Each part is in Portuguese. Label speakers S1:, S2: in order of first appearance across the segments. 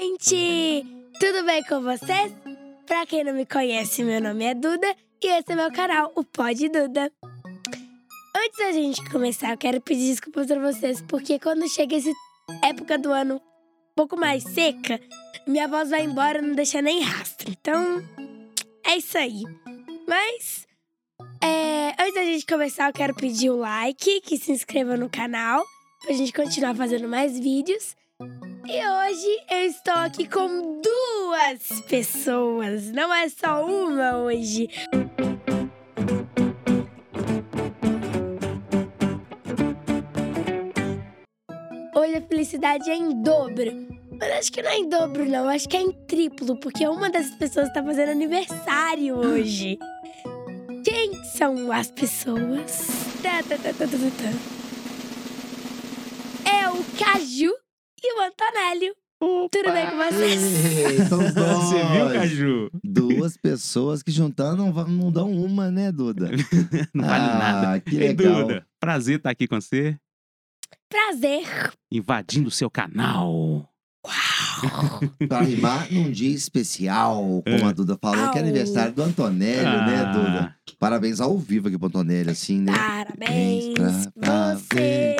S1: gente! Tudo bem com vocês? Pra quem não me conhece, meu nome é Duda e esse é meu canal, o Pod Duda. Antes da gente começar, eu quero pedir desculpas pra vocês, porque quando chega essa época do ano um pouco mais seca, minha voz vai embora não deixa nem rastro. Então, é isso aí. Mas, é, antes da gente começar, eu quero pedir o like, que se inscreva no canal, pra gente continuar fazendo mais vídeos. E hoje eu estou aqui com duas pessoas, não é só uma hoje. Hoje a felicidade é em dobro. Mas acho que não é em dobro, não. Acho que é em triplo, porque uma dessas pessoas está fazendo aniversário hoje. Quem são as pessoas? Tá, tá, tá, tá, tá, tá. É o Caju e o Antonélio. Tudo bem com vocês?
S2: Ei, somos nós.
S3: Você viu, Caju?
S2: Duas pessoas que juntaram não, va- não dão uma, né, Duda?
S3: Não vale
S2: ah,
S3: nada.
S2: que
S3: Sem
S2: legal.
S3: dúvida. Prazer estar aqui com você,
S1: Prazer.
S3: invadindo o seu canal.
S2: Pra rimar num dia especial, como a Duda falou, que é
S1: Au.
S2: aniversário do Antonélio, né, Duda?
S3: Ah,
S2: Parabéns ao vivo aqui pro Antonélio, assim, né?
S1: Ah, Parabéns
S2: pra
S1: você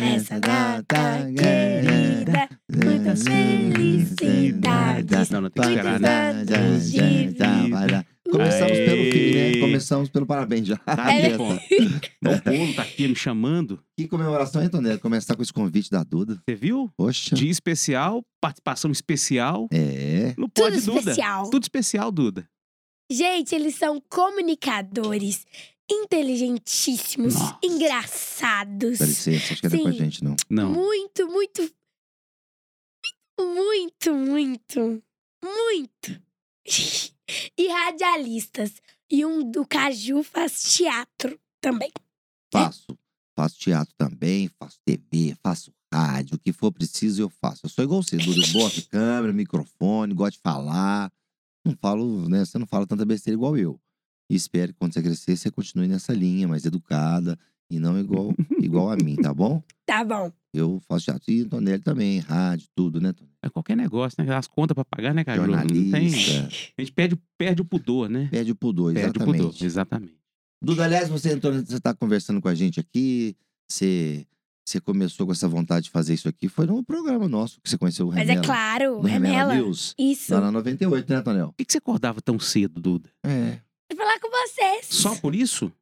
S1: nessa data querida.
S2: É,
S1: Muitas
S2: né?
S1: felicidades.
S3: Não, não tem que esperar, né?
S1: anos de
S2: né? Começamos
S3: Aê.
S2: pelo fim, né? Começamos pelo parabéns já.
S3: Tá,
S1: É.
S3: é. O bolo tá aqui me chamando.
S2: Que comemoração, hein, Antonélio? Começar com esse convite da Duda.
S3: Você viu?
S2: Poxa.
S3: Dia especial, participação especial.
S2: É.
S3: Não
S1: Tudo
S3: pode, Duda.
S1: especial.
S3: Tudo especial, Duda.
S1: Gente, eles são comunicadores, inteligentíssimos,
S3: Nossa.
S1: engraçados.
S2: Dá licença, acho que não é com a
S1: Sim.
S2: gente, não.
S3: Não.
S1: Muito, muito. Muito, muito. Muito. E radialistas. E um do Caju faz teatro também.
S2: Faço. Faço teatro também, faço TV, faço rádio, o que for preciso eu faço. Eu sou igual você, Duda. Eu boto câmera, microfone, gosto de falar. Não falo, né? Você não fala tanta besteira igual eu. E espero que quando você crescer, você continue nessa linha, mais educada e não igual, igual a mim, tá bom?
S1: Tá bom.
S2: Eu faço teatro. E Tonelli também, rádio, tudo, né? Tonelli?
S3: É qualquer negócio, né? As contas pra pagar, né, Caju? Não tem.
S2: Jornalista.
S3: A gente perde, perde o pudor, né?
S2: Perde o pudor,
S3: Perde o
S2: exatamente.
S3: pudor. Exatamente.
S2: Duda, aliás, você entrou, você tá conversando com a gente aqui, você, você começou com essa vontade de fazer isso aqui, foi num programa nosso que você conheceu o
S1: Mas
S2: Remela.
S1: é claro,
S2: no Remela
S1: Remela.
S2: News,
S1: Isso.
S2: lá na 98, né, Tonel?
S3: Por que que você acordava tão cedo, Duda?
S2: É.
S1: Pra falar com vocês.
S3: Só por isso?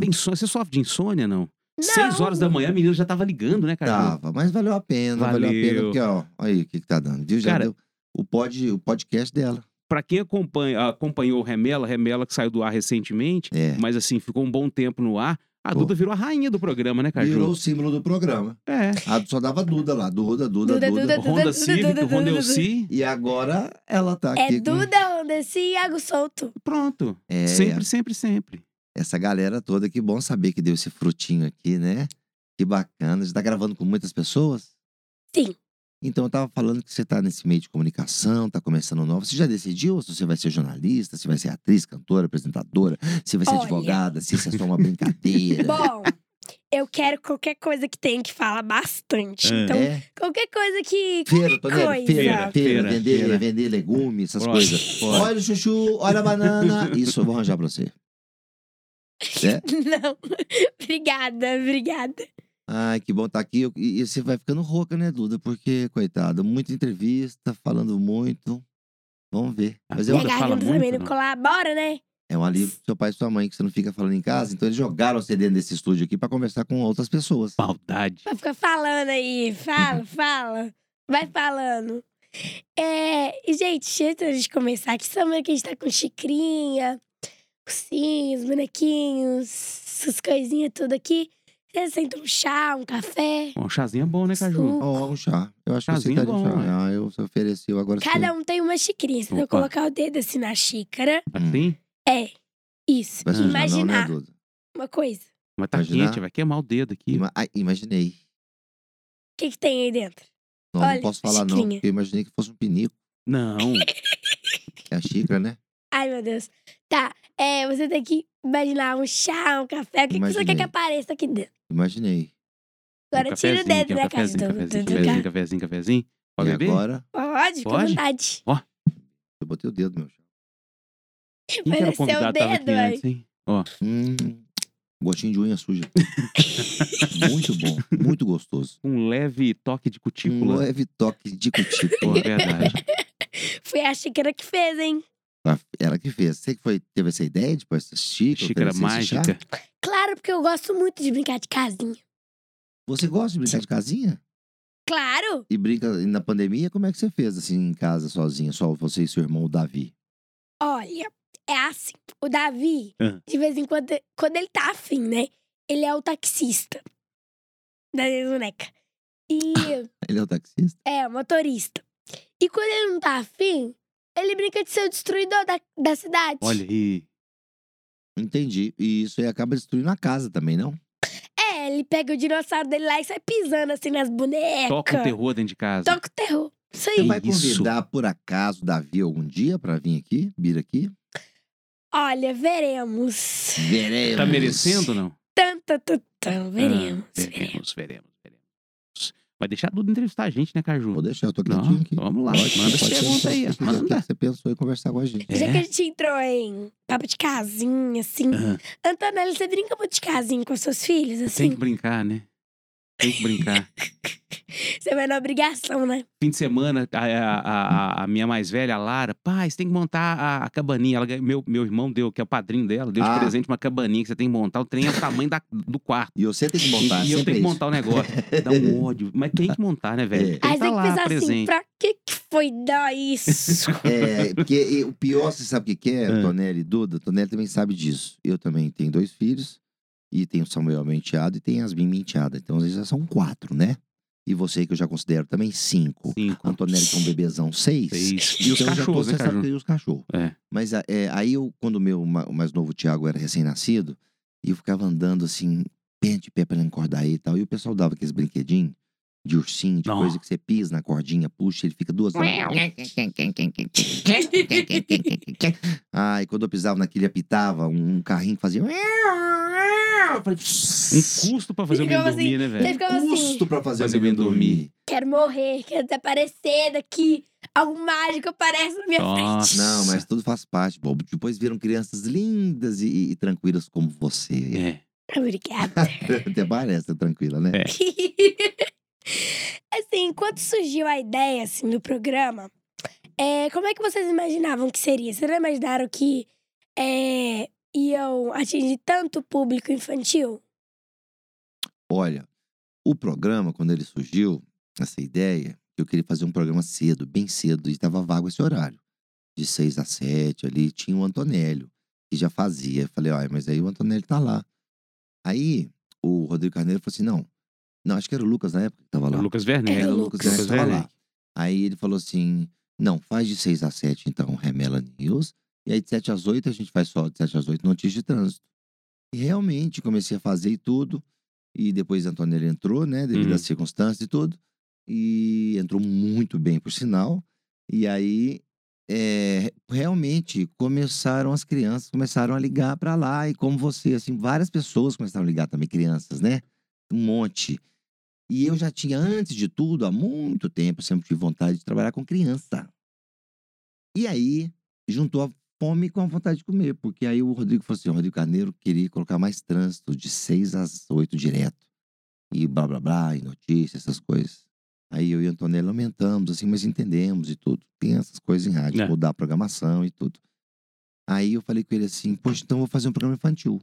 S3: Tem insônia- Você sofre de insônia, não?
S1: Não.
S3: Seis horas da manhã, a menina já tava ligando, né, cara?
S2: Tava, mas valeu a pena, valeu, a pena,
S3: Valeu.
S2: porque, ó, olha aí o que que tá dando, viu? Já
S3: Cara-
S2: deu o, pod, o podcast dela.
S3: Pra quem acompanha, acompanhou o Remela, Remela que saiu do ar recentemente,
S2: É.
S3: mas assim, ficou um bom tempo no ar, a
S2: Pô.
S3: Duda virou a rainha do programa, né, Caju?
S2: Virou o símbolo do programa.
S3: É.
S2: A, só dava Duda lá, Duda, Duda, Duda.
S1: Duda, Duda.
S3: Honda
S1: Duda, Duda,
S3: Civic,
S1: Duda,
S3: Honda
S1: Duda.
S3: Elci,
S2: E agora ela tá
S1: É
S2: aqui. com-
S1: Duda, Anderson e Iago Souto.
S3: pronto.
S2: É,
S3: Sempre, sempre, sempre.
S2: essa galera toda. Que bom saber que deu esse frutinho aqui, né? Que bacana. Você tá gravando com muitas pessoas?
S1: Sim.
S2: Então eu tava falando que você tá nesse meio de comunicação, tá começando novo. Você já decidiu se você vai ser jornalista, se vai ser atriz, cantora, apresentadora, se vai ser
S1: Olha.
S2: advogada, se isso é só uma brincadeira.
S1: Bom, eu quero qualquer coisa que tenha que falar bastante.
S3: É.
S1: Então,
S2: É,
S1: qualquer coisa que. coisa.
S2: feira, Tonelli, feira, feira,
S3: Feira,
S2: vender,
S3: feira.
S2: vender legumes, essas
S3: Olha,
S2: coisas.
S3: olha.
S2: Olha o chuchu, olha a banana. Isso eu vou arranjar pra você. É?
S1: Não. obrigada, obrigada.
S2: Ai, que bom estar aqui. Eu- E, e você vai ficando rouca, né, Duda? Porque, coitada, muita entrevista, falando muito. Vamos ver.
S3: A
S2: Mas é
S1: E a
S3: Duda
S2: um,
S3: Ela fala
S1: garganta
S3: muito,
S1: também não
S3: não?
S1: colabora, né?
S2: é um alívio pro seu pai e sua mãe, que você não fica falando em casa. Então eles jogaram você dentro desse estúdio aqui pra conversar com outras pessoas.
S3: Maldade.
S1: Pra ficar falando aí. Fala, fala. Vai falando. É, e, gente, antes da gente começar, que semana que a gente tá com xicrinha, ursinhos, bonequinhos, essas coisinhas tudo aqui. Você senta um chá, um café.
S3: Bom, um chazinho é bom, né, Caju?
S1: suco.
S2: Ó, um chá. Eu acho
S3: Chazinho
S2: que você tá de
S3: bom,
S2: chá. Ah, eu você ofereceu agora.
S1: Cada um tem uma xicrinha. Se eu
S3: Opa.
S1: colocar o dedo assim na xícara,
S3: Assim?
S1: é isso.
S2: Vai sujar
S1: Imaginar
S2: Não, né, Duda?
S1: uma coisa. O
S3: Mas tá
S2: Imaginar.
S3: quente, vai queimar o dedo aqui.
S2: Ima- ah, imaginei.
S1: que, que tem aí dentro?
S2: Não,
S1: Olha,
S2: não posso falar, não.
S1: xicrinha.
S2: Porque eu imaginei que fosse um pinico.
S3: Não.
S2: É a xícara, né?
S1: Ai, meu Deus. Tá, é, você tem que imaginar um chá, um café. O que, que você quer
S2: Imaginei.
S1: que apareça aqui dentro?
S2: Imaginei.
S1: Agora
S3: Um
S1: tira o
S3: cafezinho,
S1: dedo
S3: que é um
S1: da então, casa
S3: cafezinho,
S1: do, do,
S3: cafezinho,
S1: do
S3: cafezinho,
S1: cara.
S3: cafezinho, cafezinho. Pode
S2: e
S3: beber?
S2: agora,
S1: Pode, fica à
S3: Pode?
S1: vontade.
S2: eu botei o dedo, meu chão.
S3: Quem que era o
S1: Pareceu o
S3: convidado que tava
S1: dedo,
S3: aqui
S1: ué.
S3: antes, hein?
S2: Hum, gostinho de unha suja. muito bom, muito gostoso.
S3: Um leve toque de
S2: Um
S3: cutícula.
S2: leve toque de
S3: Pô, Hum. é
S2: cutícula.
S3: verdade.
S1: Foi a xícara que fez, hein?
S2: Ela que fez. Você que foi, teve essa ideia de pôr essa xícara?
S3: Xícara
S2: oferecer esse chá?
S3: mágica.
S1: Claro, porque eu gosto muito de brincar de casinha.
S2: Você gosta de brincar de casinha?
S1: Claro!
S2: E brinca e na pandemia, como é que você fez assim em casa sozinha? Só você e seu irmão, o Davi.
S1: Olha, é assim. O Davi,
S3: Ah.
S1: de vez em quando, quando ele tá afim, né? Ele é o taxista da minha boneca. E
S2: Ele é o taxista?
S1: é o motorista. E quando ele não tá afim, ele brinca de ser o destruidor da, da cidade.
S3: Olha aí.
S2: Entendi. E isso aí acaba destruindo a casa também, não?
S1: É, ele pega o dinossauro dele lá e sai pisando assim nas bonecas.
S3: Toca um terror É dentro de casa.
S1: Toca o terror. Isso
S2: Você
S1: aí.
S2: vai
S3: isso?
S2: convidar, por acaso, o Davi algum dia pra vir aqui, vir aqui?
S1: Olha, veremos.
S2: Veremos.
S3: Tá merecendo ou não?
S1: Tanto, tanto, veremos.
S3: Ah,
S1: veremos.
S3: veremos, veremos, veremos. Vai deixar tudo entrevistar a gente, né, Caju?
S2: Vou deixar, eu tô
S3: Não,
S2: quietinho aqui.
S3: vamos lá.
S2: Pode,
S3: manda
S2: pode
S3: as
S2: ser,
S3: perguntas aí.
S2: pode ser. O que
S3: Manda.
S2: Você pensou em conversar com a gente.
S1: Já que a
S3: É?
S1: gente entrou em papo de casinha, assim.
S3: Ah,
S1: Antonella, você brinca muito de casinha com seus filhos,
S3: Tem
S1: assim?
S3: que brincar, né? Tem que brincar.
S1: Você vai na obrigação, né?
S3: Fim de semana, a, a- a- a minha mais velha, a Lara, pai, você tem que montar a, a cabaninha. Ela, ganha- meu, meu irmão deu, que é o padrinho dela, deu
S2: Ah.
S3: de presente uma cabaninha que você tem que montar. O trem é o tamanho da- do quarto.
S2: E você tem que montar,
S3: e eu
S2: sempre
S3: tenho que
S2: é isso.
S3: montar o negócio. Dá um ódio. Mas tem que montar, né, velho?
S2: É.
S3: Tem que
S1: Aí
S3: tá
S1: tem que
S3: lá,
S1: pensar assim,
S3: presente.
S1: pra que que foi dar isso?
S2: É, porque e, o pior, você sabe o que, que é,
S3: Ah.
S2: Tonelli e Duda? Tonelli também sabe disso. Eu também tenho dois filhos, e tenho o Samuel, meu enteado, e tem a Yasmin, minha enteada. Então, às vezes, já são quatro, né? E você, que eu já considero também cinco.
S3: Cinco,
S2: Antonelli, que é um bebezão, seis.
S3: seis. E
S2: Então,
S3: os
S2: eu já tô-
S3: cachorros,
S2: você
S3: né,
S2: sabe
S3: Caju?
S2: que eu e os cachorros.
S3: É.
S2: Mas a- é, aí, eu, quando o meu ma- o mais novo, o Thiago, era recém-nascido, eu ficava andando assim, pé de pé pra não acordar ele e tal. E o pessoal dava aqueles brinquedinhos de ursinho, de
S3: Não.
S2: coisa que você pisa na cordinha, puxa, ele fica duas horas. Ai, quando eu pisava naquele, apitava um carrinho que fazia. Eu falei,
S3: Um custo pra fazer o menino
S1: Digamos assim,
S3: dormir, né,
S1: Você
S3: velho?
S1: ficava assim,
S2: custo pra fazer o
S3: Fazer o
S2: menino
S3: menino
S2: dormir.
S1: quero morrer, quero desaparecer daqui. Algo mágico aparece na minha frente.
S3: Nossa.
S2: Não, mas tudo faz parte, bobo. Depois viram crianças lindas e, e- e tranquilas como você.
S3: É.
S1: Obrigada.
S2: Até parece tranquila, né?
S3: É.
S1: assim, quando surgiu a ideia, assim, do programa, é, como é que vocês imaginavam que seria? Vocês não imaginaram que é, iam atingir tanto público infantil?
S2: Olha, o programa, quando ele surgiu, essa ideia, eu queria fazer um programa cedo, bem cedo, e estava vago esse horário. De seis a sete ali, tinha o Antonélio, que já fazia. Eu Falei, olha, mas aí o Antonélio tá lá. Aí o Rodrigo Carneiro falou assim: não, não, acho que era o Lucas na época que tava lá.
S3: é O Lucas Werneck.
S1: Era
S2: Era o
S1: É Lucas.
S2: Lucas, Lucas
S3: Lucas
S2: tava
S3: Werneck.
S2: lá. Aí ele falou assim: não, faz de 6 às 7, então, Remela News. E aí de 7 às 8 a gente faz só de 7 às 8 notícias de trânsito. E realmente comecei a fazer e tudo. E depois a Antonella entrou, né, devido
S3: Uhum.
S2: às circunstâncias e tudo. E entrou muito bem, por sinal. E aí, é, realmente, começaram as crianças, começaram a ligar pra lá. E como você, assim, várias pessoas começaram a ligar também, crianças, né? Um monte. E eu já tinha, antes de tudo, há muito tempo, sempre tive vontade de trabalhar com criança. E aí, juntou a fome com a vontade de comer, porque aí o Rodrigo falou assim: o Rodrigo Carneiro queria colocar mais trânsito, de 6 às 8 direto. E blá blá blá, e notícias, essas coisas. Aí eu e a Antonella lamentamos, assim, mas entendemos e tudo. Tem essas coisas em rádio,
S3: É.
S2: mudar a programação e tudo. Aí eu falei com ele assim: poxa, então eu vou fazer um programa infantil.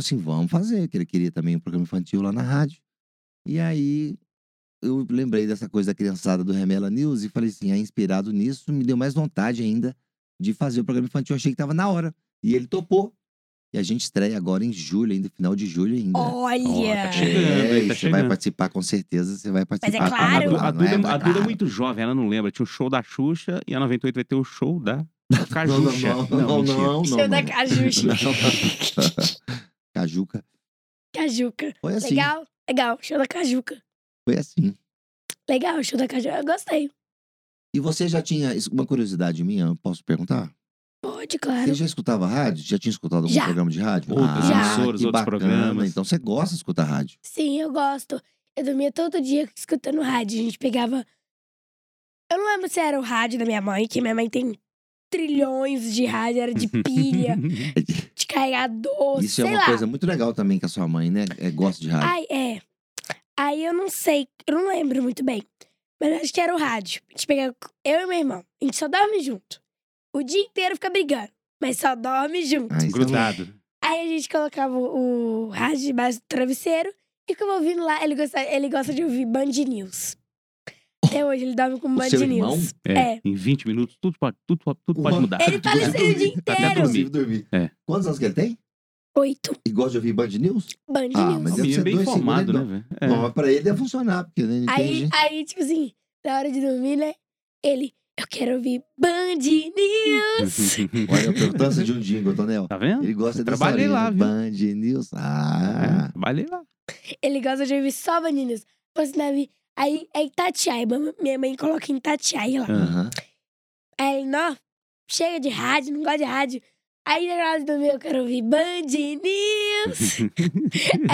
S2: Assim, vamos fazer, que ele queria também um programa infantil lá na rádio. E aí eu lembrei dessa coisa da criançada do Remela News e falei assim, ah, inspirado nisso, me deu mais vontade ainda de fazer o programa infantil. Eu achei que tava na hora. E ele topou. E a gente estreia agora em julho, ainda final de julho ainda.
S3: Ó,
S1: Olha!
S3: tá chegando,
S2: É,
S3: hein? Tá
S2: e você vai
S3: chegando.
S2: participar com certeza, você vai participar.
S1: é claro.
S2: tá na-
S3: A
S2: não é?
S3: Duda,
S2: Tá
S3: a Duda é
S2: claro.
S3: muito jovem, ela não lembra. Tinha o show da Xuxa e a 98 vai ter o show da
S2: Não, não,
S3: Cajucha.
S2: não, não, não,
S3: mentira.
S2: não,
S1: Seu é da
S2: não.
S1: Cajucha.
S2: Cajuca.
S1: Cajuca.
S2: Foi assim.
S1: Legal? Legal, show da Cajuca.
S2: Foi assim.
S1: Legal, show da Cajuca. Eu gostei.
S2: E você já tinha isso- uma curiosidade minha, eu posso perguntar?
S1: Pode, claro.
S2: Você já escutava rádio? Já tinha escutado algum
S1: Já.
S2: programa de rádio?
S3: Outras
S2: ah,
S3: emissoras,
S2: que
S3: outros
S2: bacana.
S3: programas.
S2: Então você gosta de escutar rádio.
S1: Sim, eu gosto. Eu dormia todo dia escutando rádio. A gente pegava Eu não lembro se era o rádio da minha mãe, que minha mãe tem trilhões de rádio, era de pilha, de carregador,
S2: Isso
S1: sei
S2: é uma
S1: lá.
S2: coisa muito legal também que a sua mãe, né? É, gosta de rádio.
S1: Ai, é. Aí eu não sei, eu não lembro muito bem. Mas eu acho que era o rádio. A gente pegava, eu e meu irmão, a gente só dorme junto. O dia inteiro fica brigando, mas só dorme junto.
S2: Ah, isso é
S3: Grudado.
S1: Aí a gente colocava o, o rádio debaixo do travesseiro e ficava ouvindo lá. Ele gosta, ele gosta de ouvir Band News. Até hoje ele dorme com
S2: O
S1: Band
S2: seu
S1: News.
S2: irmão?
S3: É,
S1: É.
S3: Em 20 minutos, tudo pode, tudo, pode- tudo pode
S2: Uma-
S3: mudar.
S1: Ele fala isso o dia inteiro.
S2: Tá
S3: Até dormir.
S2: Inclusive dormir.
S3: É.
S2: Quantos anos que ele tem?
S1: Oito.
S2: E gosta de ouvir Band News?
S1: Band
S2: Ah,
S1: News.
S2: mas
S3: O
S2: deve
S3: menino
S2: ser
S3: é bem
S2: dois
S3: informado, né,
S2: segundos,
S3: velho?
S2: Bom, mas pra ele deve funcionar, porque né, ele
S1: Aí,
S2: entende.
S1: aí, tipo assim, na hora de dormir, né? Ele, eu quero ouvir Band News.
S3: É.
S2: Olha a importância de um jingle, Tonel.
S3: Tá vendo?
S2: Ele gosta dessa
S3: Trabalhei
S2: linha, né?
S3: lá, viu?
S2: Band News.
S3: É,
S2: Ah,
S3: trabalhei lá.
S1: ele gosta de ouvir só Band News. Pois, Davi, aí é Itatiaia. mam- Minha mãe coloca em Itatiaia lá.
S2: aham.
S1: Aí ele, não, chega de rádio, não gosta de rádio. Aí na hora de dormir eu quero ouvir Band News.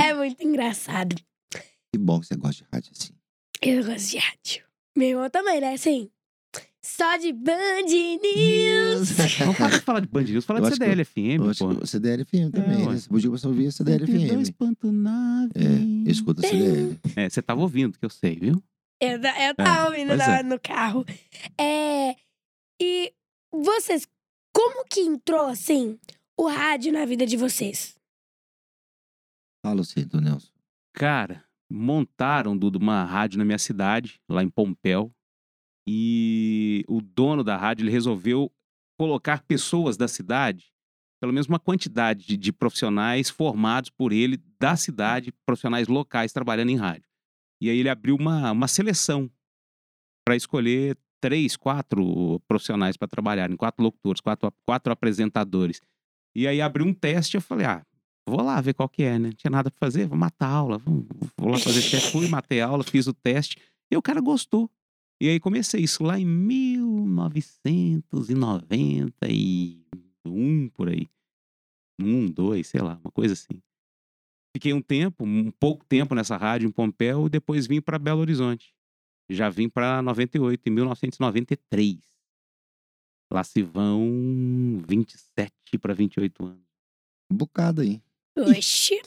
S1: é muito engraçado.
S2: Que bom que você gosta de rádio assim.
S1: Eu gosto de rádio. Meu irmão também, né? Assim, só de Band News.
S3: Vamos parar de falar de Band News, falar
S2: Eu
S3: de
S2: acho que-
S3: CDLFM,
S2: Eu
S3: um pô.
S2: acho que o CDLFM também,
S3: É,
S2: né?
S3: ué.
S2: Você podia começar a ouvir a CDLFM.
S3: 102.9.
S2: É, escuta a CDL.
S3: É, você tava ouvindo, que eu sei, viu?
S1: Eu, ta- eu tava ouvindo
S3: pois
S1: na-
S3: é.
S1: no carro. É, e vocês, como que entrou, assim, o rádio na vida de vocês?
S2: Fala assim, Tom Nelson.
S3: Cara, montaram, Dudu, uma rádio na minha cidade, lá em Pompéu. E o dono da rádio, ele resolveu colocar pessoas da cidade, pelo menos uma quantidade de, de profissionais formados por ele da cidade, profissionais locais trabalhando em rádio. E aí ele abriu uma, uma seleção para escolher três, quatro profissionais para trabalharem, quatro locutores, quatro, quatro apresentadores. E aí abriu um teste, eu falei, ah, vou lá ver qual que é, né? Não tinha nada pra fazer, vou matar a aula, vou, vou lá fazer teste. Fui, matei a aula, fiz o teste e o cara gostou. E aí comecei isso lá em 1991, por aí. Um, dois, sei lá, uma coisa assim. Fiquei um tempo, um pouco tempo nessa rádio em Pompéu e depois vim para Belo Horizonte. Já vim para 98, em 1993. Lá se vão 27 para 28 anos.
S2: Um bocado aí.
S1: Oxi,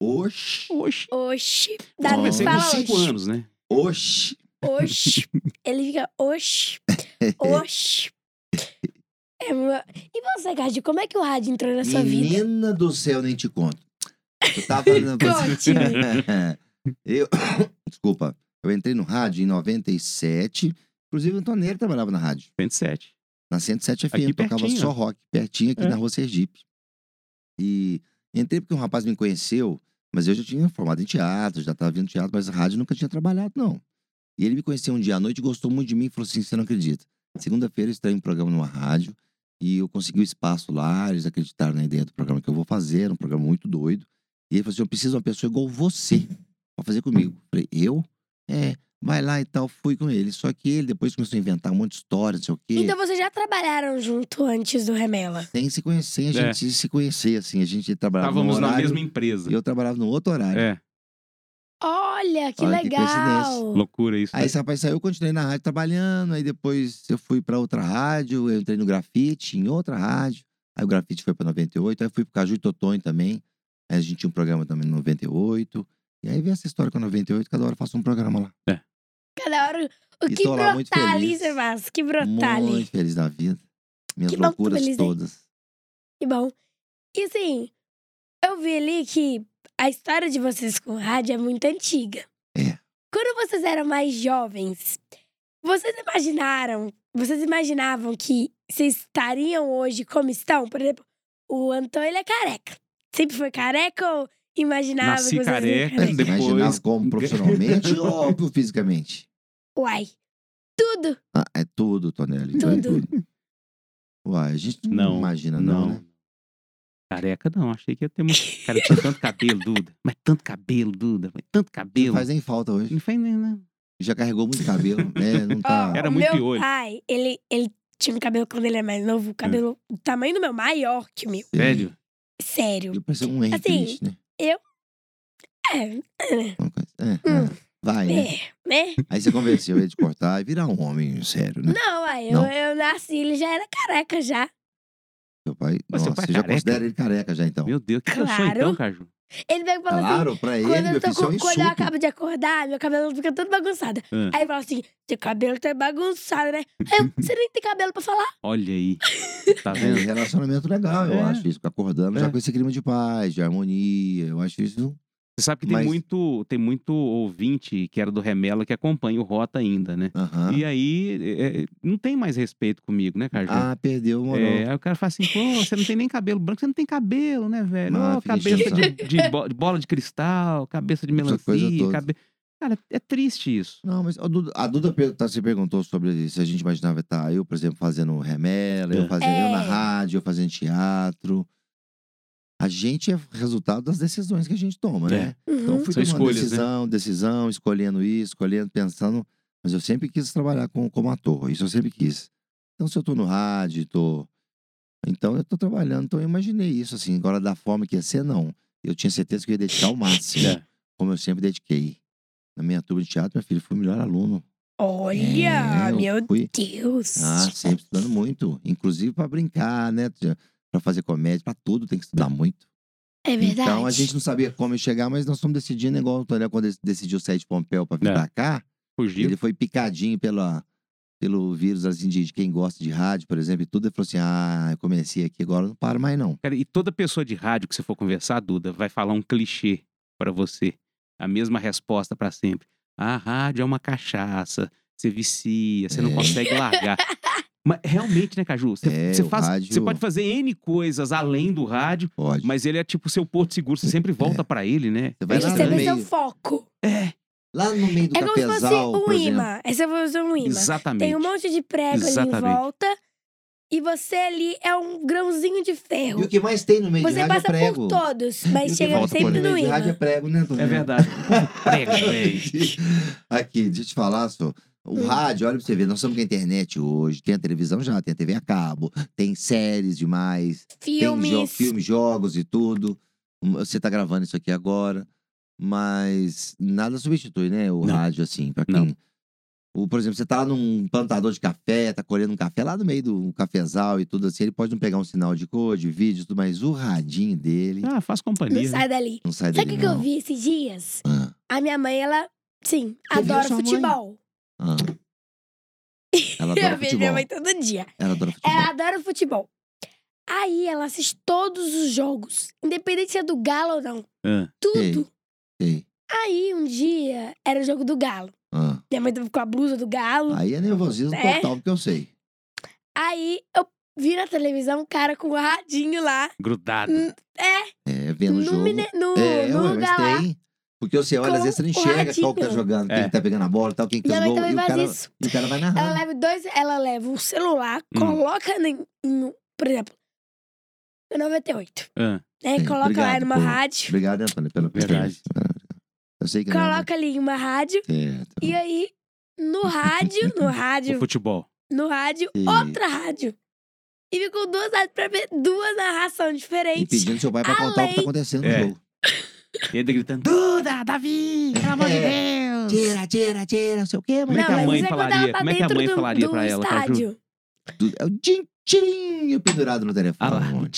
S2: Oxi.
S3: Oxi.
S1: oxi.
S3: Eu
S1: Davi
S3: comecei com
S1: fala
S3: cinco
S1: oxi.
S3: anos, né?
S2: Oxi.
S1: Oxi. Ele fica oxi, oxi. É uma- E você, Cardi, como é que o rádio entrou na sua vida?
S2: Menina do céu, nem te conto. Eu tava na Eu. Desculpa. Eu entrei no rádio em 97. Inclusive, o Tonelli trabalhava na rádio.
S3: 27.
S2: Na 107 FM,
S3: Aqui
S2: tocava
S3: pertinho.
S2: só rock, pertinho aqui
S3: É.
S2: na rua Sergipe. E entrei porque um rapaz me conheceu, mas eu já tinha formado em teatro, já estava vindo teatro, mas rádio nunca tinha trabalhado, não. E ele me conheceu um dia à noite, gostou muito de mim e falou assim: você não acredita. Segunda-feira eu estarei em um programa numa rádio e eu consegui o espaço lá, eles acreditaram na ideia do programa que eu vou fazer, era um programa muito doido. E ele falou assim: eu preciso de uma pessoa igual você pra fazer comigo. Falei: eu? É, vai lá e tal. Fui com ele. Só que ele depois começou a inventar um monte de história, não sei o quê.
S1: Então vocês já trabalharam junto antes do Remela?
S2: Sem se conhecer, a gente
S3: É.
S2: se conhecer, assim. A gente trabalhava
S3: Estávamos
S2: num
S3: na
S2: horário
S3: mesma empresa.
S2: e eu trabalhava num outro horário.
S3: É,
S1: Olha, que
S2: Olha que
S1: legal!
S3: loucura isso. né?
S2: Aí esse rapaz saiu, eu continuei na rádio trabalhando, aí depois eu fui pra outra rádio, eu entrei no grafite, em outra rádio. Aí o grafite foi pra 98, aí fui pro Caju e Totonho também. Aí a gente tinha um programa também no 98. E aí vem essa história com a 98, cada hora eu faço um programa lá.
S1: Cada hora o
S2: E
S1: que
S2: tô lá muito
S1: brotar ali,
S2: feliz.
S1: você faz, que brotar ali.
S2: Muito feliz da vida. Minhas
S1: Que bom que tô
S2: loucuras
S1: feliz, hein?
S2: todas.
S1: Que bom. E assim, eu vi ali que a história de vocês com o rádio é muito antiga.
S2: É.
S1: Quando vocês eram mais jovens, vocês imaginaram, vocês imaginavam que vocês estariam hoje como estão? Por exemplo, o Antônio ele é careca. Sempre foi careca ou imaginava
S3: Nasci
S1: que vocês eram
S3: careca,
S1: carecas?
S3: Depois-
S2: Imaginava como profissionalmente ou fisicamente?
S1: Uai, tudo.
S2: Ah, é tudo, Tonelli. então É
S1: Tudo.
S2: tudo. Uai, a gente não,
S3: Não,
S2: imagina, não,
S3: não.
S2: né?
S3: Careca não, achei que ia ter muito. Cara, tinha tanto cabelo, Duda. Mas tanto cabelo, Duda. Mas tanto
S2: Não
S3: cabelo.
S2: faz nem falta hoje.
S3: Não faz nem, né?
S2: Já carregou muito cabelo, né? Não tá.
S1: Ó,
S3: Ah. Era
S1: o
S3: muito
S1: meu
S3: piolho. É.
S1: pai, ele, ele tinha um cabelo quando ele era mais novo, o cabelo do tamanho do meu maior que o meu.
S2: Sim.
S3: um
S2: então.
S3: Velho.
S1: Sério.
S2: Eu pensei um Henry
S1: Assim,
S2: Cristo, né?
S1: É,
S2: Uma coisa- É,
S1: Hum.
S2: é. Vai, né?
S1: É, né?
S2: Aí você convenceu ele de cortar e virar um homem sério, né?
S1: Não, aí eu,
S2: Não.
S1: eu nasci, ele já era careca já.
S2: Seu pai.
S3: Mas seu
S2: Nossa,
S3: pai
S2: você
S3: é
S2: já
S3: careca?
S2: considera ele careca já, então.
S3: Meu Deus, o que que eu sou
S1: Claro.
S3: então, Caju?
S1: Ele veio e falou assim:
S2: Claro, pra ele,
S1: quando,
S2: meu
S1: eu, tô
S2: filho, isso é um
S1: com- quando eu
S2: insulto.
S1: acabo de acordar, meu cabelo fica todo bagunçado.
S3: Ah,
S1: Aí ele fala assim: seu cabelo tá bagunçado, né? Aí eu, você nem tem cabelo pra falar.
S3: olha aí. Tá
S2: É um
S3: vendo?
S2: relacionamento legal, eu
S3: É.
S2: acho isso. Ficar acordando já
S3: É.
S2: com esse clima de paz, de harmonia. Eu acho isso.
S3: Você sabe que tem,
S2: Mas-
S3: muito, tem muito ouvinte que era do Remela que acompanha o Rota ainda, né?
S2: Aham.
S3: E aí, é, é, não tem mais respeito comigo, né, Caju?
S2: Ah, perdeu o moral.
S3: É, aí o cara fala assim, pô, você não tem nem cabelo branco, você não tem cabelo, né, velho?
S2: Ah,
S3: Ô,
S2: fica
S3: cabeça
S2: enchendo
S3: de, de bo- de bola de cristal, cabeça de
S2: Essa coisa
S3: melancia,
S2: toda.
S3: cabe... Cara, é triste isso.
S2: Não, mas a Duda, a Duda per- tá- se perguntou sobre se a gente imaginava estar eu, por exemplo, fazendo remela, eu
S3: É.
S2: fazendo eu na
S1: É.
S2: rádio, eu fazendo teatro. A gente é resultado das decisões que a gente toma, né? Então
S1: Uhum.
S2: eu fui
S3: É. São
S2: tomando
S3: escolhas, né?
S2: decisão, decisão, escolhendo isso, escolhendo, pensando. Mas eu sempre quis trabalhar com, como ator, isso eu sempre quis. Então se eu tô no rádio, tô... Então eu tô trabalhando, então eu imaginei isso, assim. Agora da forma que ia ser, não. Eu tinha certeza que eu ia dedicar o máximo
S3: É.
S2: como eu sempre dediquei. Na minha turma de teatro, meu filho foi o melhor aluno.
S1: Olha,
S2: É, eu
S1: meu
S2: fui.
S1: Deus.
S2: Ah, sempre estudando muito. Inclusive para brincar, né? Para fazer comédia, para tudo tem que estudar muito.
S1: É verdade.
S2: Então a gente não sabia como ia chegar, mas nós fomos decidindo, igual o Antônio, né, quando ele decidiu sair de Pompeu para vir
S3: É.
S2: pra cá,
S3: Fugiu.
S2: ele foi picadinho pela, pelo vírus assim, de, de quem gosta de rádio, por exemplo, e tudo. Ele falou assim: ah, eu comecei aqui, agora eu não paro mais não.
S3: Cara, e toda pessoa de rádio que você for conversar, Duda, vai falar um clichê pra você. A mesma resposta pra sempre. A rádio é uma cachaça, você vicia, você não
S2: É.
S3: consegue largar. Mas realmente, né, Caju? Você,
S2: É,
S3: você
S2: o
S3: faz-
S2: rádio-
S3: você pode fazer N coisas além do rádio,
S2: Pode.
S3: mas ele é tipo seu porto seguro, você sempre volta pra ele, né?
S2: É.
S3: É,
S2: Você vai
S1: Ele
S2: lá
S1: sempre
S2: no,
S1: é seu
S2: meio,
S1: foco.
S2: lá no meio do
S1: É como se fosse
S2: capezal,
S1: um
S2: por exemplo.
S1: imã. É como se fosse um imã.
S3: Exatamente.
S1: Tem um monte de prego ali em
S3: Exatamente.
S1: volta. E você ali é um grãozinho de ferro.
S2: E o que mais tem no meio de
S1: Você
S2: rádio é
S1: passa
S2: prego.
S1: por todos,
S2: E o que
S1: mas chega
S2: mais tem
S1: sempre
S2: meio
S1: no
S2: de rádio é
S1: imã.
S2: prego, né, Antônio?
S3: É verdade. Prega, né? velho.
S2: Aqui, deixa eu te falar, só. O
S1: Hum.
S2: rádio, olha pra você ver, nós estamos com a internet hoje, tem a televisão já, tem a TV a cabo, tem séries demais,
S1: Filmes.
S2: tem jo filmes, jogos e tudo. Hum, Você tá gravando isso aqui agora, mas nada substitui, né, o
S3: Não.
S2: rádio, assim, pra quem...
S3: Não.
S2: O, por exemplo, você tá num plantador de café, tá colhendo um café lá no meio do cafezal e tudo assim, ele pode não pegar um sinal de cor, de vídeo, e tudo, mas o radinho dele
S3: Ah, faz
S1: Não
S3: companhia. né?
S1: sai dali.
S2: não sai
S1: Hum. Sabe o
S2: dele,
S1: que, que eu
S2: não.
S1: vi esses dias?
S2: Ah,
S1: A minha mãe, ela, sim,
S2: viu
S1: adora
S2: sua mãe?
S1: futebol.
S2: ah. Ela
S1: Eu
S2: adora
S1: vejo minha é
S2: futebol.
S1: mãe todo dia.
S2: Ela adora futebol.
S1: Ela adora futebol. Aí ela assiste todos os jogos, independente se é do Galo ou não.
S3: Ah,
S1: Tudo.
S2: Sei.
S1: Aí um dia era o jogo do Galo.
S2: Ah.
S1: Minha mãe tava com a blusa do Galo.
S2: Aí é nervosismo
S1: Hum, É?
S2: total, porque eu sei.
S1: Aí eu vi na televisão um cara com o radinho lá.
S3: grudado.
S1: Hum, É,
S2: É, vendo o
S1: no,
S2: jogo.
S1: mine- no,
S2: é,
S1: no
S2: ué,
S1: lugar lá.
S2: mas tem. Porque você olha, às
S1: Com
S2: vezes você não
S1: o
S2: enxerga qual que tá
S1: radinho.
S2: jogando,
S3: É.
S2: quem que tá pegando a bola, tal, quem que
S1: Minha
S2: fez
S1: mãe
S2: gol. E
S1: também
S2: o
S1: faz
S2: cara,
S1: isso.
S2: e o cara vai
S1: Ela
S2: narrando.
S1: leva dois, ela leva um celular,
S3: Hum.
S1: coloca em, em um- por exemplo, no 98,
S3: Ah,
S1: né?
S2: Sim,
S1: coloca lá
S2: obrigado
S1: numa
S2: por-
S1: rádio,
S2: Obrigado, né, Antônio, pela
S3: É Verdade.
S2: Eu sei que não. né?
S1: coloca ali em uma rádio
S2: Certo.
S1: e aí no rádio, no rádio,
S3: o futebol.
S1: no rádio,
S2: Sim.
S1: outra rádio. E ficou duas rádios pra ver duas narrações
S2: E
S1: diferentes.
S2: pedindo seu pai pra contar o que tá
S1: Além-
S2: acontecendo
S3: É.
S2: no jogo.
S3: E ele gritando, Duda, Davi, pelo amor de
S1: Hum.
S3: Deus.
S2: Tira, tira, tira, não sei o quê,
S3: Como é
S2: mãe.
S3: que a
S1: mas
S3: mãe
S1: isso é quando ela
S3: falaria?
S1: tá
S3: Como é que a
S1: dentro
S3: mãe
S1: do-
S3: falaria
S1: do
S3: pra ela, tá, Caju?
S1: estádio.
S2: É o din-tirinho pendurado no telefone.
S3: Ah lá, no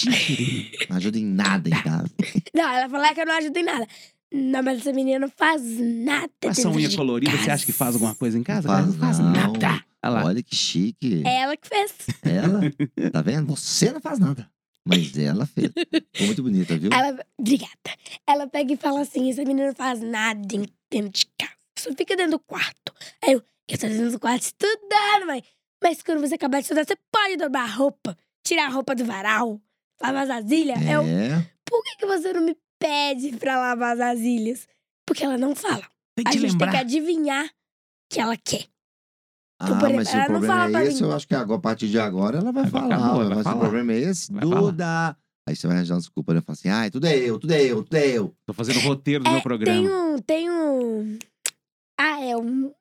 S2: Não ajuda em nada em casa.
S1: Não, ela falou que eu não ajudo em nada. Não, mas essa menina não faz nada.
S3: é Essa
S1: dentro
S3: unha
S1: de
S3: colorida, você
S1: casa.
S3: acha que faz alguma coisa em casa?
S2: Não
S3: cara?
S2: faz, não.
S3: nada. Olha lá.
S2: Olha que chique.
S1: É ela que fez.
S2: Ela, tá vendo? Você não faz nada. Mas ela fez. Ficou muito bonita, viu?
S1: Ela, obrigada. Ela pega e fala assim: essa menina não faz nada em- dentro de casa. Só fica dentro do quarto. Aí eu, eu tô dentro do quarto estudando, mãe. Mas quando você acabar de estudar, você pode dobrar a roupa, tirar a roupa do varal, lavar as vasilhas. Eu,
S2: É.
S1: por que, que você não me pede pra lavar as vasilhas? Porque ela não fala.
S3: Tem
S1: A
S3: que
S1: gente
S3: lembrar.
S1: tem que adivinhar que ela quer.
S2: Ah,
S1: por exemplo,
S2: mas se
S1: ela
S2: o
S1: não fala
S2: problema
S1: pra
S2: é esse,
S1: mim.
S2: eu acho que agora, a partir de agora ela vai
S3: Agora
S2: falar.
S3: acabou,
S2: vai
S3: vai
S2: falar, se o
S3: falar.
S2: problema é esse,
S3: Vai falar.
S2: Duda. Aí você vai arranjar uma desculpa, né? Fala assim, ai, tudo é eu, tudo é eu, tudo é eu.
S3: Tô fazendo o roteiro do
S1: É,
S3: meu programa.
S1: Tem um. Tem um. Ah, é um.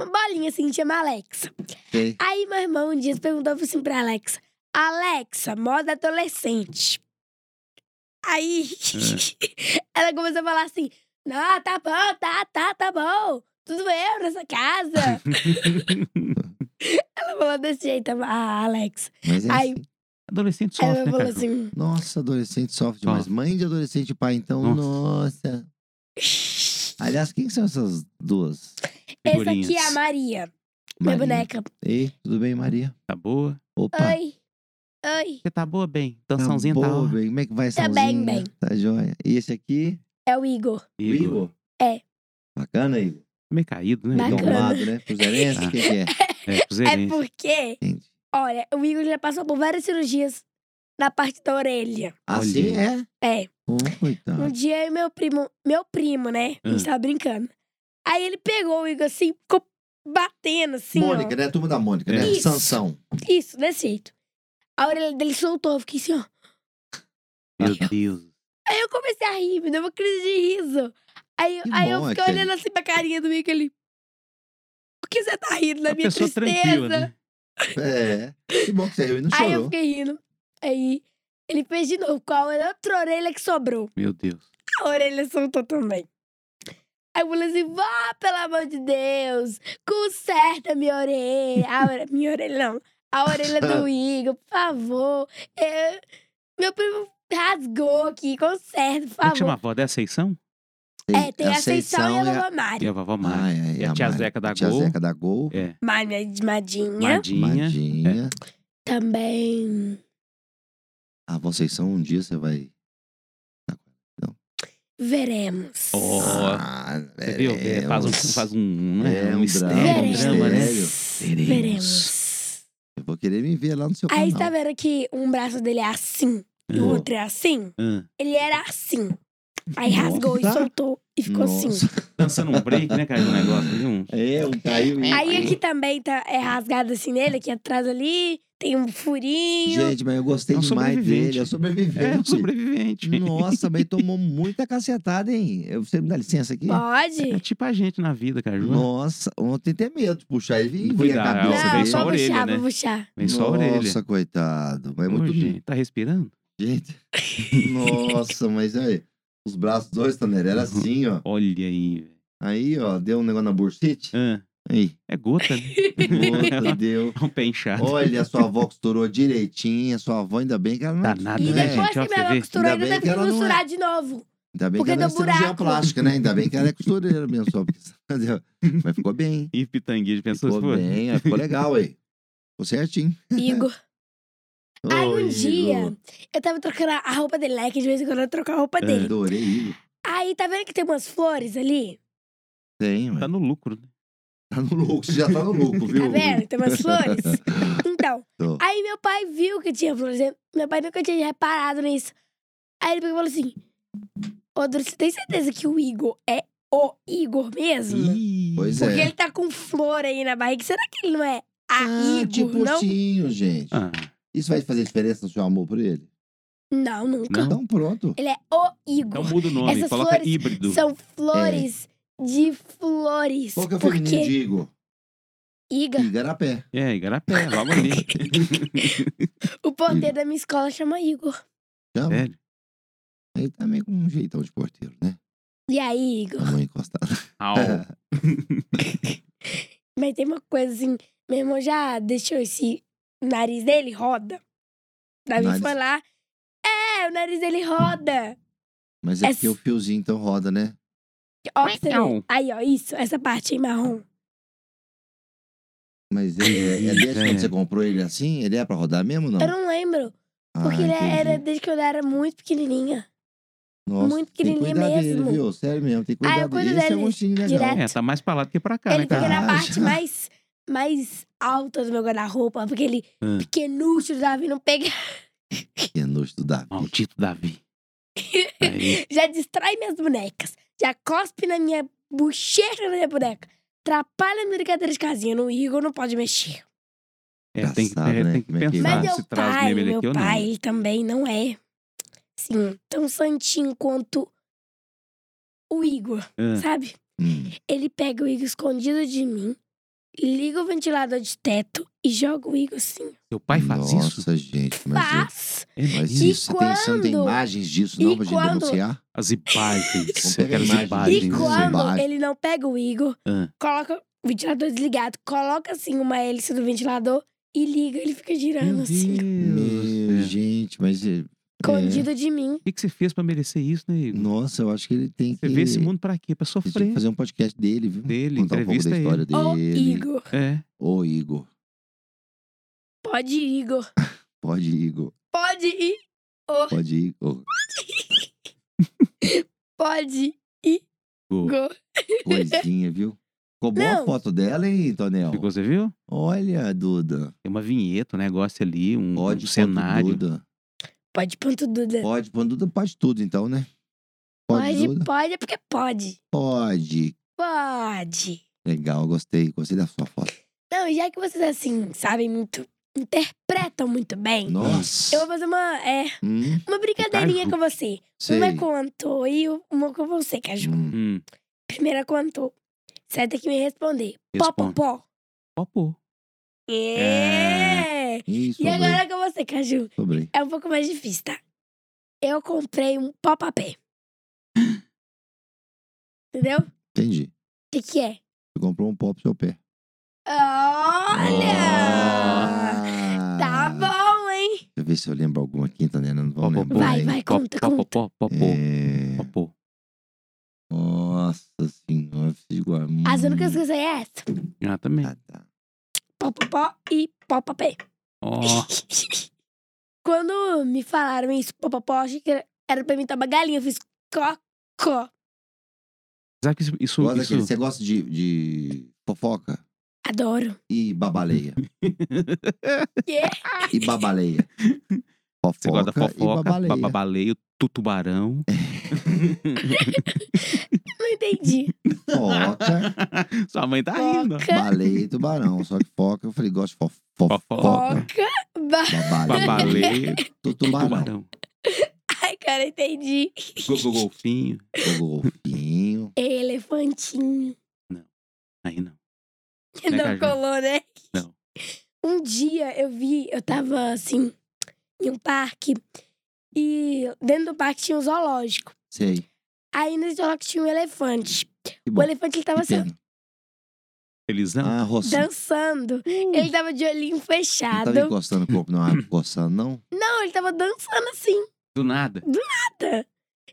S1: Uma bolinha assim, chama Alexa.
S2: Sei.
S1: Aí meu irmão um dia perguntou assim pra Alexa: Alexa, moda adolescente. Aí ela começou a falar assim: Não, tá bom, tá, tá, tá bom. Tudo eu nessa casa. Ela falou desse jeito, a Alex.
S2: Mas é
S1: Ai,
S2: assim.
S3: Adolescente
S1: Ela
S3: sofre, né,
S1: falou
S3: cara?
S1: assim.
S2: Nossa, adolescente sofre demais. Mãe de adolescente e pai, então, nossa. Aliás, quem são essas duas?
S1: Essa
S3: Figurinhas.
S1: aqui é a Maria, minha
S2: Maria.
S1: boneca.
S2: Ei, tudo bem, Maria?
S3: Tá boa?
S2: Opa.
S1: Oi. Oi.
S3: Você tá boa, bem? Dançãozinha tá,
S2: boa,
S3: ó.
S2: bem. Como é que vai,
S1: Tá bem,
S2: Sãozinha?
S1: bem.
S2: Tá joia. E esse aqui?
S1: É o Igor.
S3: Igor.
S1: É.
S2: Bacana, Igor.
S3: Meio caído, né?
S1: Bacana.
S2: Domado, né? Cruzeirense,
S3: Ah.
S2: quem que é?
S3: É,
S1: É
S3: cruzeirense.
S1: porque,
S2: Gente.
S1: olha, o Igor já passou por várias cirurgias na parte da orelha.
S2: Assim
S3: Olha.
S2: é?
S1: É.
S2: Pô,
S1: Um
S2: coitado.
S1: dia eu e meu primo, meu primo, né? A
S2: Hum.
S1: gente
S3: Ah.
S1: tava brincando. Aí ele pegou o Igor assim, ficou batendo assim, ó.
S2: Mônica, né? Turma da Mônica, né?
S1: Isso.
S2: Sansão.
S1: Isso, desse jeito. A orelha dele soltou, eu fiquei assim, ó.
S3: Meu Deus.
S1: Aí eu comecei a rir, me deu uma crise de riso. Aí,
S2: Que
S1: aí eu
S2: bom,
S1: fiquei
S2: aquele-
S1: olhando assim pra carinha do Igor ali. Por que você tá rindo da
S3: Uma
S1: minha
S3: pessoa
S1: tristeza?
S3: tranquila, né?
S2: É. Que bom que você riu e não
S1: Aí eu
S2: chorou.
S1: fiquei rindo. Aí ele fez de novo, com a outra orelha que sobrou.
S3: Meu Deus.
S1: A orelha soltou também. Aí eu falei assim, vó, pelo amor de Deus, conserta a minha orelha. A ore- minha orelha não, a orelha do Igor, por favor. Eu- Meu primo rasgou aqui, conserta, por
S3: Como é que
S1: favor.
S3: chama a avó dela? Seição?
S1: É, tem a Seição e a
S2: é
S1: Vovó
S3: E
S1: Mari.
S3: a vovó Mari.
S2: Ah, é,
S3: E a
S2: a
S3: tia
S2: Mari.
S3: Zeca da
S2: tia
S3: Gol.
S2: Zeca da Gol.
S3: É.
S1: Mari de Madinha.
S3: Madinha.
S2: Madinha.
S1: Também.
S2: Ah, vocês são um dia, você vai...
S1: Veremos.
S3: Ó,
S2: ah,
S3: Você viu? É, faz um,
S2: veremos.
S3: faz um, né?
S2: É, um
S3: um,
S2: drama,
S3: mistério, um drama, né?
S1: Veremos.
S2: Veremos.
S1: Veremos.
S2: Eu vou querer me ver lá no seu
S1: Aí você tá
S2: canal.
S1: vendo que um braço dele é assim e o
S2: Hum.
S1: outro é assim?
S3: Ah,
S1: Ele era assim. Aí
S2: Nossa.
S1: rasgou e soltou e ficou assim.
S2: Nossa.
S3: Dançando um break, né, cara? Um negócio. viu? Um...
S2: É, um caiu e...
S1: Aí aqui também tá, é rasgado assim nele, aqui atrás ali, tem um furinho.
S2: Gente, mas eu gostei
S3: É um
S2: demais
S3: sobrevivente.
S2: dele. É
S3: É, um
S2: sobrevivente.
S3: sobrevivente.
S2: Nossa, mas tomou muita cacetada, hein? Eu- Você me dá licença aqui?
S3: É
S1: Pode?
S3: tipo a gente na vida, cara. Ju.
S2: Nossa, ontem tem medo de puxar ele e
S3: Não
S2: ver a
S3: cuidar,
S2: cabeça
S3: É, você
S1: Não,
S3: vem
S2: dele.
S3: só a
S1: vou
S3: orelha,
S1: puxar,
S3: né?
S1: vou puxar.
S3: Vem só a orelha.
S2: Nossa, coitado. Mas é
S3: Ô,
S2: muito
S3: gente, tá respirando?
S2: Gente. Nossa, mas aí. Os braços dois, Tanner, era assim, ó.
S3: Olha aí. velho.
S2: Aí, ó, deu um negócio na bursite.
S3: Ah,
S2: Aí.
S3: é gota, né?
S2: Puta, deu.
S3: É um pé inchado.
S2: Olha, a sua avó costurou direitinho. A sua avó, ainda bem que ela não.
S3: Danada,
S1: E
S2: não é-
S3: né,
S1: depois
S3: gente? Ó,
S1: que
S3: pra
S1: minha
S3: você
S1: avó
S3: ver.
S1: costurou,
S2: Ainda
S1: ainda
S2: bem
S1: teve
S2: que
S1: que
S2: ela não é.
S1: costurar de novo.
S2: Ainda bem
S1: Porque
S2: que ela é
S1: deu
S2: cirurgiã
S1: buraco.
S2: plástica, né? Ainda bem que ela é costureira mesmo, só. Porque, entendeu? mas ficou bem. hein?
S3: E pitanguinha de pessoas,
S2: Ficou
S3: pô.
S2: bem, aí ficou legal, aí. Ficou certinho.
S1: Igor. Aí
S2: Ô,
S1: um
S2: Igor.
S1: dia, eu tava trocando a roupa dele, né? Que de vez em quando eu troco a roupa
S2: É.
S1: dele.
S2: Adorei, Igor.
S1: Aí tá vendo que tem umas flores ali?
S2: Tem, ué.
S3: Tá no lucro, né?
S2: Tá no lucro, você já tá no lucro, viu?
S1: Tá vendo? que Tem umas flores? Então,
S2: Tô.
S1: Aí meu pai viu que tinha flores. né? Meu pai nunca tinha reparado nisso. Aí ele pegou e falou assim: Ô, Dor, você tem certeza que o Igor é o Igor mesmo?
S3: Ih,
S2: Pois é.
S1: Porque ele tá com flor aí na barriga. Será que ele não é a
S2: Ah,
S1: Igor,
S2: tipo
S1: não?
S2: ursinho, gente.
S3: Ah,
S2: Isso vai fazer diferença no seu amor por ele?
S1: Não, nunca.
S3: Não?
S2: Então pronto.
S1: Ele é o
S3: então
S2: um
S1: Igor.
S3: muda o nome,
S1: Essas
S3: coloca
S1: flores
S3: híbrido.
S1: São flores de flores.
S2: Qual que é o feminino
S1: porque
S2: É. de Igor?
S1: Iga,
S2: Igarapé.
S3: É, igarapé, logo ali.
S1: o porteiro da minha escola chama Igor.
S2: Chama?
S3: Sério?
S2: Ele tá meio com um jeitão de porteiro, né?
S1: E aí, Igor?
S2: Com a mão encostada.
S3: Au.
S1: Mas tem uma coisa assim, meu irmão já deixou esse nariz dele roda. Davi
S2: Nariz?
S1: foi lá. É, o nariz dele roda.
S2: Mas é
S1: É
S2: porque
S1: s-
S2: o fiozinho então roda, né?
S1: Ó, pra você ver.
S3: Miau.
S1: Aí, ó, isso, essa parte em marrom.
S2: Mas ele é, é desde quando você comprou ele assim? Ele é pra rodar mesmo ou
S3: Ah.
S2: não? Ah,
S1: Eu não lembro, porque ele era desde que eu era muito pequenininha. muito pequenininho
S2: tem que cuidar
S1: mesmo.
S2: Dele, viu? Sério mesmo, tem que
S1: Ah,
S2: cuidar
S1: eu cuido
S2: dele. Esse é um
S1: dele
S2: ursinho legal.
S1: direto.
S3: É, tá mais pra lá do que pra cá,
S1: ele
S3: né, cara?
S1: fica na
S2: Ah,
S1: parte
S2: já.
S1: mais, mais alta do meu guarda-roupa, porque ele
S3: Ah.
S1: pequenucho do Davi não pega,
S2: Que nojo do Davi.
S3: Maldito Davi. Aí,
S1: já distrai minhas bonecas, já cospe na minha bochecha da minha boneca, atrapalha a minha brincadeira de casinha. No Igor não pode mexer.
S3: é, tem, que-
S2: Engraçado,
S3: é,
S2: né?
S3: tem que
S2: Como é que
S3: pensar
S1: Mas
S2: vai?
S1: meu
S3: se traz
S1: pai,
S3: mesmo ele
S1: meu
S3: aqui ou não.
S1: pai, ele também não é, assim, tão santinho quanto o Igor,
S3: Ah,
S1: sabe?
S2: Hum.
S1: Ele pega o Igor escondido de mim, liga o ventilador de teto e joga o Igor assim.
S3: Seu pai faz
S2: Nossa,
S3: isso?
S2: gente, mas,
S1: Faz!
S3: É
S2: mas
S3: mesmo?
S1: E
S2: isso, você tem, você não tem
S1: quando-
S2: imagens disso
S1: e
S2: não pra gente
S1: quando-
S2: denunciar?
S3: As imagens.
S2: Vamos
S3: Eu
S2: pegar
S3: quero as né?
S2: imagens.
S1: E
S2: Sim,
S3: imagens.
S1: quando
S2: embaixo.
S1: ele não pega o Igor,
S3: Ah.
S1: coloca o ventilador desligado, coloca assim uma hélice do ventilador e liga, ele fica girando
S3: Meu
S1: assim,
S2: Meu,
S3: Deus.
S2: gente, mas... é-
S1: escondido de mim.
S3: O que, que você fez pra merecer isso, né, Igor?
S2: Nossa, eu acho que ele tem
S3: Você
S2: que...
S3: vê esse mundo pra quê? Pra
S2: Ele tem que
S3: sofrer
S2: fazer um podcast dele, viu?
S3: dele,
S2: Contar um pouco
S3: entrevista
S2: da
S3: ele.
S2: história tá?
S1: Ô,
S2: dele.
S1: Igor,
S3: É.
S2: Ô, Igor.
S1: pode ir, Igor.
S2: Pode ir, Igor.
S1: Pode ir,
S2: Pode ir. Ô,
S1: pode
S3: Igor.
S1: Igor.
S2: coisinha, viu? Ficou boa a
S1: Não.
S2: foto dela, hein, Tonel?
S3: Ficou, você viu?
S2: Olha, Duda.
S3: Tem uma vinheta, um negócio ali, um, um
S2: Pode
S3: cenário.
S2: Duda.
S1: Pode ponto Duda.
S2: Pode, quando Duda pode tudo, então, né? Pode,
S1: Pode,
S2: Duda?
S1: pode, é porque pode.
S2: Pode.
S1: Pode.
S2: Legal, gostei. Gostei da sua foto.
S1: Não, já que vocês, assim, sabem muito, interpretam muito bem,
S2: Nossa.
S1: eu vou fazer uma, é,
S2: Hum,
S1: uma brincadeirinha
S3: Caju.
S1: com você.
S2: sei.
S1: Uma com o Antô e uma com você, Caju.
S2: Hum,
S3: Hum,
S1: Primeira com o Antô. Você vai ter que me responder. Pó, pó,
S3: responde.
S1: pó.
S3: Popô.
S1: É.
S2: Ih,
S1: E
S2: sobrei,
S1: agora com você, Caju.
S2: sobrei.
S1: É um pouco mais difícil, tá? Eu comprei um pó-papé. Entendeu? O
S2: Entendi.
S1: que que é?
S2: Você comprou um pó pro seu pé.
S1: Olha! Tá bom, hein?
S2: Ah! Deixa eu ver se eu lembro alguma aqui, tá né? Não vou
S3: Pó, pó,
S2: lembrar.
S1: Vai,
S2: hein?
S1: vai,
S3: Pó,
S1: conta,
S3: pó, pó,
S1: conta.
S3: pó, popô.
S2: É,
S3: Popô.
S2: Nossa senhora, fiz igual.
S1: As únicas que eu sei é essa.
S3: Ah, também.
S2: Ah, tá.
S1: Pó, pó, pó e pó, papé.
S3: Ó,
S1: Quando me falaram isso, pó, pó, pó, achei que era- era pra mim tomar galinha. Eu fiz cocó.
S3: sabe que isso. isso,
S2: Gosta
S3: isso-
S2: daquele- Você gosta de, de fofoca?
S1: Adoro.
S2: E babaleia.
S1: Yeah.
S2: E babaleia. Fofoca,
S3: Você gosta da
S2: e
S3: fofoca, É.
S2: babaleia.
S3: bababaleio, tutubarão.
S1: Não entendi.
S2: Fofoca,
S3: Sua mãe tá rindo.
S1: Foca,
S2: baleia e tubarão. Só que foca, eu falei, gosto de fofo- fofoca.
S1: foca, ba...
S2: Babaleia.
S3: Babaleio,
S2: Tu- Tubarão.
S3: tubarão.
S1: Ai, cara, entendi.
S3: Go- go- Golfinho.
S2: O golfinho.
S1: Elefantinho.
S3: Aí não. Né,
S1: Não
S3: Caju?
S1: colou, né?
S3: Não.
S1: Um dia eu vi, eu tava assim, em um parque. E dentro do parque tinha um zoológico.
S2: Sei.
S1: Aí nesse zoológico tinha um elefante.
S2: Que
S1: O
S2: bom.
S1: elefante ele tava
S2: Que
S1: assim,
S2: pena.
S3: Felizão.
S2: Ah, roçando.
S1: dançando. Ele tava de olhinho
S2: Não
S1: fechado.
S2: Hum. tava encostando o corpo, não. Ah, encostando, não?
S1: Não, ele tava dançando assim.
S3: Do nada.
S1: Nada.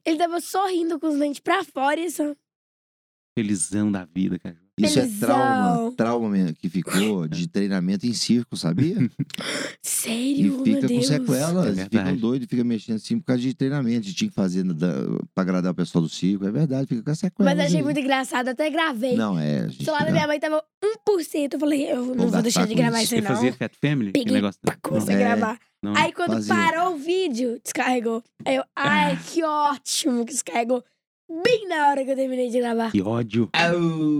S1: Ele tava sorrindo com os dentes pra fora e assim.
S3: Felizão da vida, cara.
S2: Isso é
S1: Felizão.
S2: trauma. Trauma mesmo que ficou de treinamento em circo, sabia? E
S1: Sério, meu
S2: fica com
S1: Deus.
S2: sequelas.
S3: É
S2: ficam
S3: verdade.
S2: doidos, fica mexendo assim por causa de treinamento. de Tinha que fazer na- da- pra agradar o pessoal do circo. É verdade, fica com sequelas.
S1: Mas achei
S2: aí.
S1: muito engraçado, até gravei.
S2: Não, é. gente,
S1: O celular da
S2: não.
S1: minha mãe tava 1%. Eu falei, eu não
S2: gastar
S1: vou deixar de
S2: com
S1: gravar isso,
S2: isso.
S3: Você
S1: aí, não.
S3: fazia Fat Family? Aquele
S1: Peguei
S3: negócio. né?
S1: Pá, comecei
S2: É.
S1: a gravar.
S3: Não,
S1: Aí quando
S2: fazia. Ah.
S1: parou o vídeo, descarregou. Aí eu, ai, que ótimo que descarregou. Bem na hora que eu terminei de gravar.
S3: Que ódio.
S2: Au,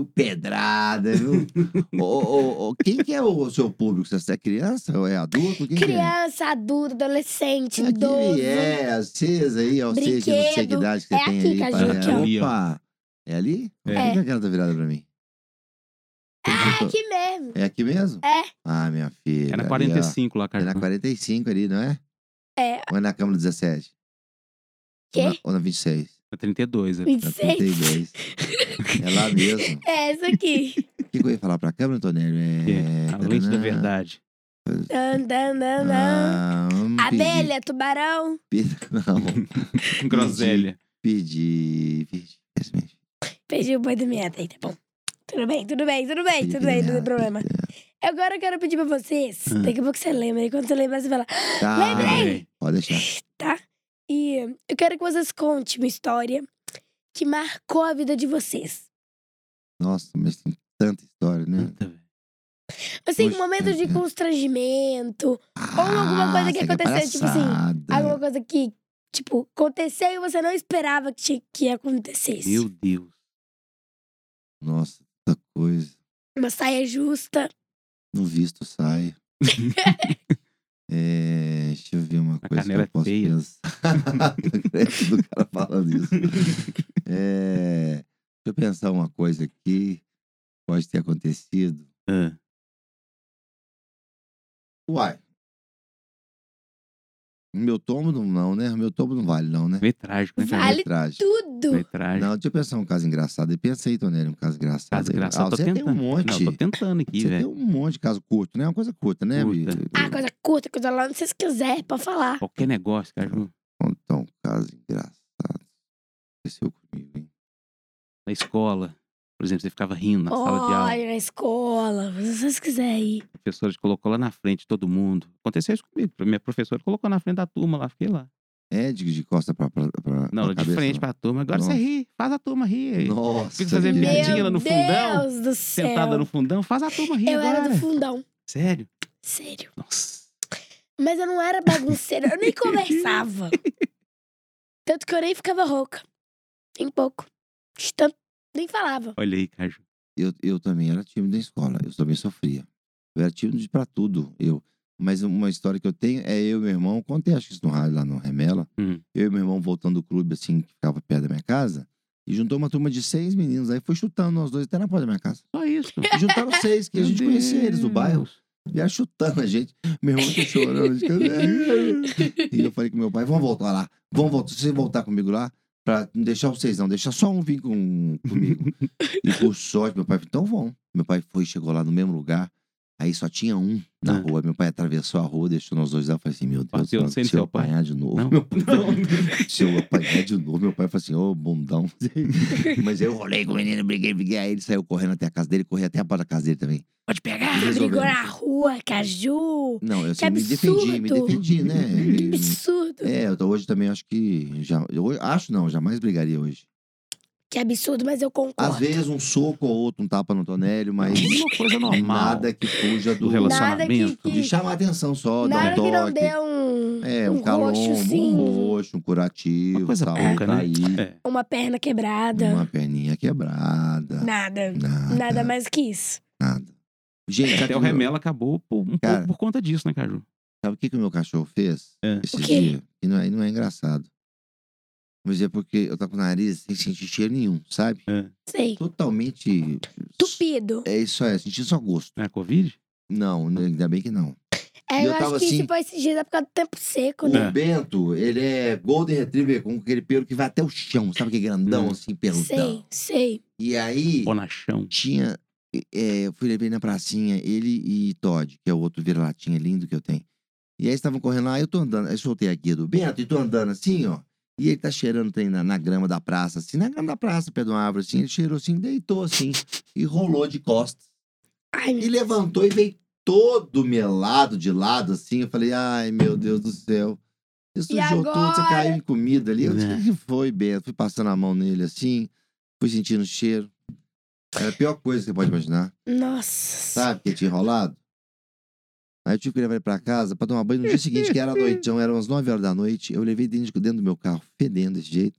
S2: Ah, pedrada, viu? ô, ô, ô, quem que é o seu público? Você é criança ou é adulto? Quem que é?
S1: Criança, adulto, adolescente,
S2: Aquele
S1: idoso.
S2: é, vocês aí, ó, vocês que não sei que
S1: Brinquedo.
S2: idade que
S1: É
S2: você tem
S1: aqui,
S2: aí.
S1: Caju,
S2: pra-
S3: aqui, ó. Ali, ó.
S2: Opa! É ali?
S3: É.
S2: Por que a cara tá virada pra mim?
S1: Ah, aqui mesmo.
S2: É aqui mesmo?
S1: É.
S2: Ah, minha filha.
S3: É na
S2: ali, ó.
S3: 45 lá,
S2: É
S3: cara.
S2: na 45 ali, não é?
S1: É.
S2: Ou é na Câmara 17? Ou na,
S1: Quê?
S2: ou na 26?
S3: Na 32. é.
S2: Na
S1: 26?
S2: 32. é lá mesmo.
S1: É essa aqui.
S2: O que, que eu ia falar pra Câmara, Antônio?
S3: Que
S2: É...
S3: é a lente da
S2: tananã.
S3: verdade.
S1: Dan, dan, dan, dan.
S2: Ah, hum, pedi-
S1: Abelha, tubarão.
S2: pedi- Não,
S3: Groselha.
S2: pedi. Pedi. Infelizmente.
S1: Perdi o boi da minha aí, tá bom. Tudo bem, tudo bem, tudo bem,
S2: Pedi
S1: tudo bem, não tem
S2: pedrada.
S1: problema. Agora eu quero pedir pra vocês,
S3: Ah.
S1: daqui a pouco você lembra, e quando você lembra, você fala,
S2: Tá.
S1: Lembrei!
S2: Pode deixar.
S1: tá? E eu quero que vocês contem uma história que marcou a vida de vocês.
S2: Nossa, mas tem tanta história, né?
S3: Puta, velho.
S1: Assim, um
S2: Poxa,
S1: momento de
S2: é.
S1: constrangimento, alguma coisa
S2: Ah,
S1: que aconteceu, tipo assim, alguma coisa que, tipo, aconteceu e você não esperava que, tinha- que acontecesse.
S3: Meu Deus.
S2: Nossa, tanta coisa.
S1: Uma saia justa.
S2: No visto sai. é, deixa eu ver uma
S3: A
S2: coisa que
S3: canela
S2: eu
S3: é
S2: posso
S3: feia.
S2: pensar. do cara falando isso. É, deixa eu pensar uma coisa aqui. Pode ter acontecido.
S3: Ah,
S2: Uai. Meu tombo não, não, né? Meu tombo não vale, não, né?
S3: meio trágico, né, cara?
S1: Vale
S2: Metragem.
S1: Tudo.
S3: Meio trágico.
S2: Não, deixa eu pensar um caso engraçado. Pensa aí, Tonelli, um caso engraçado.
S3: Caso
S2: aí.
S3: engraçado,
S2: Ah,
S3: tô
S2: você
S3: tentando.
S2: tem um monte.
S3: Não, tô tentando aqui,
S2: você tem
S3: velho.
S2: um monte de caso curto, né? Uma coisa curta, né,
S3: Curta.
S2: Vitor?
S1: Ah, coisa curta, coisa lá, se vocês quiserem, pode
S2: um
S1: falar.
S3: Qualquer negócio, cara.
S2: Contar um caso engraçado. Aconteceu comigo, hein?
S3: Na escola, por exemplo, você ficava rindo na sala de aula.
S1: Olha, na escola, se vocês quiserem ir.
S3: A professora te colocou lá na frente de todo mundo. Aconteceu isso comigo. Minha professora colocou na frente da turma lá, fiquei lá.
S2: É de, de costa pra. pra, pra
S3: Não,
S2: pra
S3: de
S2: cabeça,
S3: frente pra turma. Agora
S2: Nossa.
S3: você ri, faz a turma rir.
S2: Nossa.
S3: Fica fazendo
S2: gente.
S3: piadinha
S1: Meu
S3: lá no
S1: Deus
S3: fundão,
S1: do céu.
S3: Sentada no fundão, faz a turma rir
S1: Eu
S3: agora.
S1: era do fundão,
S3: Sério?
S1: sério.
S3: Nossa.
S1: Mas eu não era bagunceira, eu nem conversava. Tanto que eu nem ficava rouca. Nem pouco. De tanto- Nem falava.
S3: Olha aí, Caju.
S2: eu, eu também era tímido na escola, eu também sofria. Eu era tímido de pra tudo, eu. Mas uma história que eu tenho é eu e meu irmão, contei acho que isso no rádio lá no Remela,
S3: Hum.
S2: eu e meu irmão voltando do clube, assim, que ficava perto da minha casa, e juntou uma turma de seis meninos, aí foi chutando nós dois até na porta da minha casa.
S3: Só isso.
S2: E juntaram seis, que a
S3: Meu
S2: gente conhecia eles do
S3: Deus.
S2: bairro, vieram chutando a gente. Meu irmão tá chorando. ficando- e eu falei com meu pai, vamos voltar lá, vamos voltar, se você voltar comigo lá, pra não deixar os seis não, deixar só um vir com, comigo. E por sorte, meu pai falou, então vamos. Meu pai foi, chegou lá no mesmo lugar, aí só tinha um na
S3: Ah.
S2: rua. Meu pai atravessou a rua, deixou nós dois lá. Eu falei assim, meu Deus,
S3: Bateu
S2: mano,
S3: sem
S2: se eu
S3: seu pai?
S2: apanhar de novo,
S3: Não.
S2: meu-
S3: Não.
S2: se eu apanhar de novo, meu pai falou assim, ô bundão. Mas eu rolei com o menino, briguei, briguei. Aí ele saiu correndo até a casa dele, corri até a porta da casa dele também.
S3: Pode pegar.
S2: Resolvemos.
S1: Brigou na rua, Caju.
S2: Não, eu
S1: Que
S2: assim, me defendi, me
S1: absurdo.
S2: defendi, né?
S1: Que absurdo.
S2: É, eu tô- hoje também acho que. Já, eu hoje- acho não, jamais brigaria hoje.
S1: Que absurdo, mas eu
S2: Às
S1: concordo.
S2: vezes um soco ou outro, um tapa no Tonélio, mas
S3: Uma coisa normal.
S2: nada que fuja do,
S3: do relacionamento.
S1: que-
S2: De chamar atenção só,
S1: Na
S2: dar um
S1: hora que
S2: toque.
S1: não deu um,
S2: É, um,
S1: um
S2: calombo,
S1: roxozinho,
S2: um roxo, um curativo,
S3: Uma coisa
S2: tal,
S3: pouca, né?
S2: cair,
S3: É.
S1: uma perna quebrada,
S2: uma perninha quebrada.
S1: nada.
S2: Nada.
S1: Nada mais que isso.
S2: nada. Gente, sabe
S3: Até o
S2: que meu-
S3: remela acabou por, um
S2: Cara.
S3: pouco por conta disso, né, Caju?
S2: Sabe o que, que o meu cachorro fez
S3: É.
S2: esse
S1: O quê?
S2: dia? E não é, e não é engraçado. Mas é porque eu tava com o nariz sem sentir cheiro nenhum, sabe?
S1: Sei.
S2: Totalmente.
S1: Tupido.
S2: É isso aí, senti só gosto.
S3: Não é Covid?
S2: Não, né, ainda bem que não.
S1: É, eu,
S2: E eu
S1: acho
S2: tava
S1: que
S2: assim-
S1: isso pode se gerar é por causa do tempo seco,
S2: O
S1: né?
S3: É.
S2: Bento, ele é Golden Retriever com aquele pelo que vai até o chão, sabe? Que grandão,
S3: Hum.
S2: assim,
S1: Sei,
S2: peludão.
S1: sei.
S2: E aí.
S3: Bonachão.
S2: tinha. é, eu fui levei na pracinha, ele e Todd, que é o outro vira-latinha lindo que eu tenho. E aí eles estavam correndo lá, eu tô andando, aí soltei a guia do Bento e tô andando assim, ó. E ele tá cheirando tem na, na grama da praça, assim, na grama da praça, pé de uma árvore, assim. Ele cheirou assim, deitou assim, e rolou de costas.
S1: Ai,
S2: E
S1: meu
S2: levantou e veio todo melado de lado, assim. Eu falei, ai, meu Deus do céu. Você
S1: E
S2: sujou tudo, você
S1: agora?
S2: caiu em comida ali. Eu disse,
S3: É.
S2: o que que foi, Bento? Fui passando a mão nele, assim. Fui sentindo o cheiro. Era a pior coisa que você pode imaginar.
S1: Nossa.
S2: Sabe o que tinha enrolado? Aí eu tive que levar ele pra casa pra tomar banho no dia seguinte, que era noitão, eram umas 9 horas da noite. Eu levei dentro, de- dentro do meu carro, fedendo desse jeito.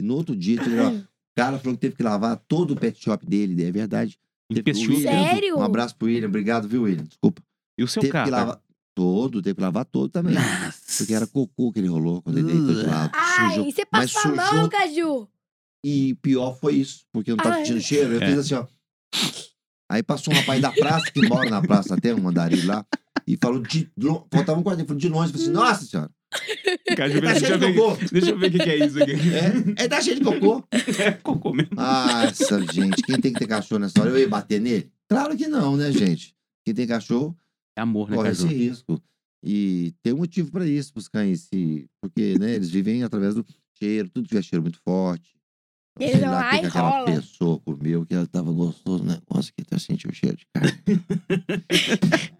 S2: E no outro dia, tive que lavar-
S1: Ai,
S2: o cara falou que teve que lavar todo o pet shop dele, é verdade. Teve o
S3: Investiu.
S2: William.
S1: Sério?
S2: Um abraço pro William, obrigado, viu, William? Desculpa.
S3: E o seu
S2: teve
S3: carro?
S2: que
S3: Caju?
S2: lavar todo, teve que lavar todo também. Porque era cocô que ele rolou quando ele deitou de lado.
S1: Ai,
S2: sujou.
S1: você
S2: Mas
S1: passou a mão,
S2: sujou-
S1: Caju.
S2: E pior foi isso, porque eu não tava
S1: Ai.
S2: sentindo cheiro. Eu
S3: É.
S2: fiz assim, ó. Aí passou um rapaz da praça, que mora na praça até, um andarim lá, e falou de longe, faltava um quartinho, falou de longe, falou assim, nossa senhora,
S3: Caju,
S2: ele tá
S3: deixa,
S2: cheio
S3: eu
S2: de
S3: ver,
S2: cocô.
S3: deixa eu ver o que que é isso aqui.
S2: É, ele tá cheio de cocô.
S3: É cocô mesmo.
S2: Nossa, gente, quem tem que ter cachorro nessa hora, eu ia bater nele? Claro que não, né, gente? Quem tem cachorro
S3: É amor, né,
S2: corre esse
S3: Caju?
S2: risco. E tem um motivo para isso, os cães, se... porque né, eles vivem através do cheiro, tudo tiver cheiro muito forte. Então,
S1: Eles
S2: sei
S1: vão
S2: lá,
S1: lá
S2: tem
S1: e
S2: aquela
S1: rolam.
S2: pessoa comeu que ela tava gostoso, né? Nossa, que até sentiu o cheiro de carne.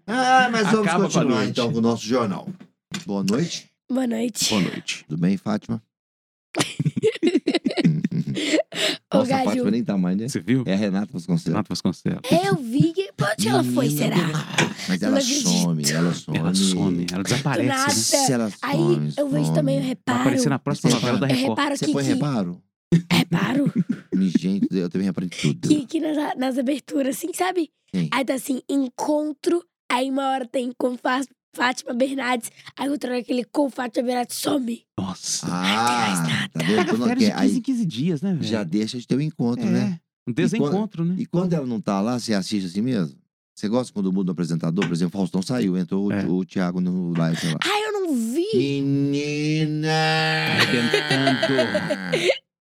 S2: ah, mas vamos
S3: Acaba com a
S2: continuar
S3: noite.
S2: então com o nosso jornal. Boa noite.
S1: Boa noite.
S3: Boa noite.
S2: Tudo bem, Fátima?
S1: Ô,
S2: Nossa,
S1: Gaju.
S2: a Fátima nem tá mais, né?
S3: Você viu?
S2: É a Renata Vasconcelos.
S3: Renato Vasconcelos.
S1: É, Eu vi que... Pra Onde ela foi,
S2: Menina,
S1: será?
S2: Mas
S1: Eu
S2: ela
S1: não acredito.
S2: some, ela some.
S3: Ela some, ela
S1: Do nada.
S3: desaparece. Né?
S2: Se ela some,
S1: Aí eu vejo
S2: some.
S1: também, eu
S3: Vai
S1: reparo.
S3: aparecer na próxima
S2: Você
S3: novela da
S1: Eu
S3: Record.
S1: reparo
S2: Você
S1: que,
S2: põe
S1: que,
S2: reparo?
S1: reparo
S2: Me, Gente, eu também reparo de tudo.
S1: que, que nas, nas aberturas, assim, sabe?
S2: Sim.
S1: Aí tá assim, encontro, aí uma hora tem com Fá- Fátima Bernardes, aí outra hora aquele com Fátima Bernardes some.
S3: Nossa.
S2: Ah, tá vendo?
S3: Pega
S2: Quando
S3: férias de
S2: quer,
S3: 15
S2: aí
S3: em 15 dias, né, velho?
S2: já deixa de ter um encontro, né?
S3: Um desencontro, né?
S2: E quando ela não tá lá, você assiste assim mesmo? Você gosta quando muda o apresentador? Por exemplo, Faustão saiu, entrou o-
S3: É.
S2: o Thiago no live sei lá.
S1: Ai, eu não vi!
S2: Menina!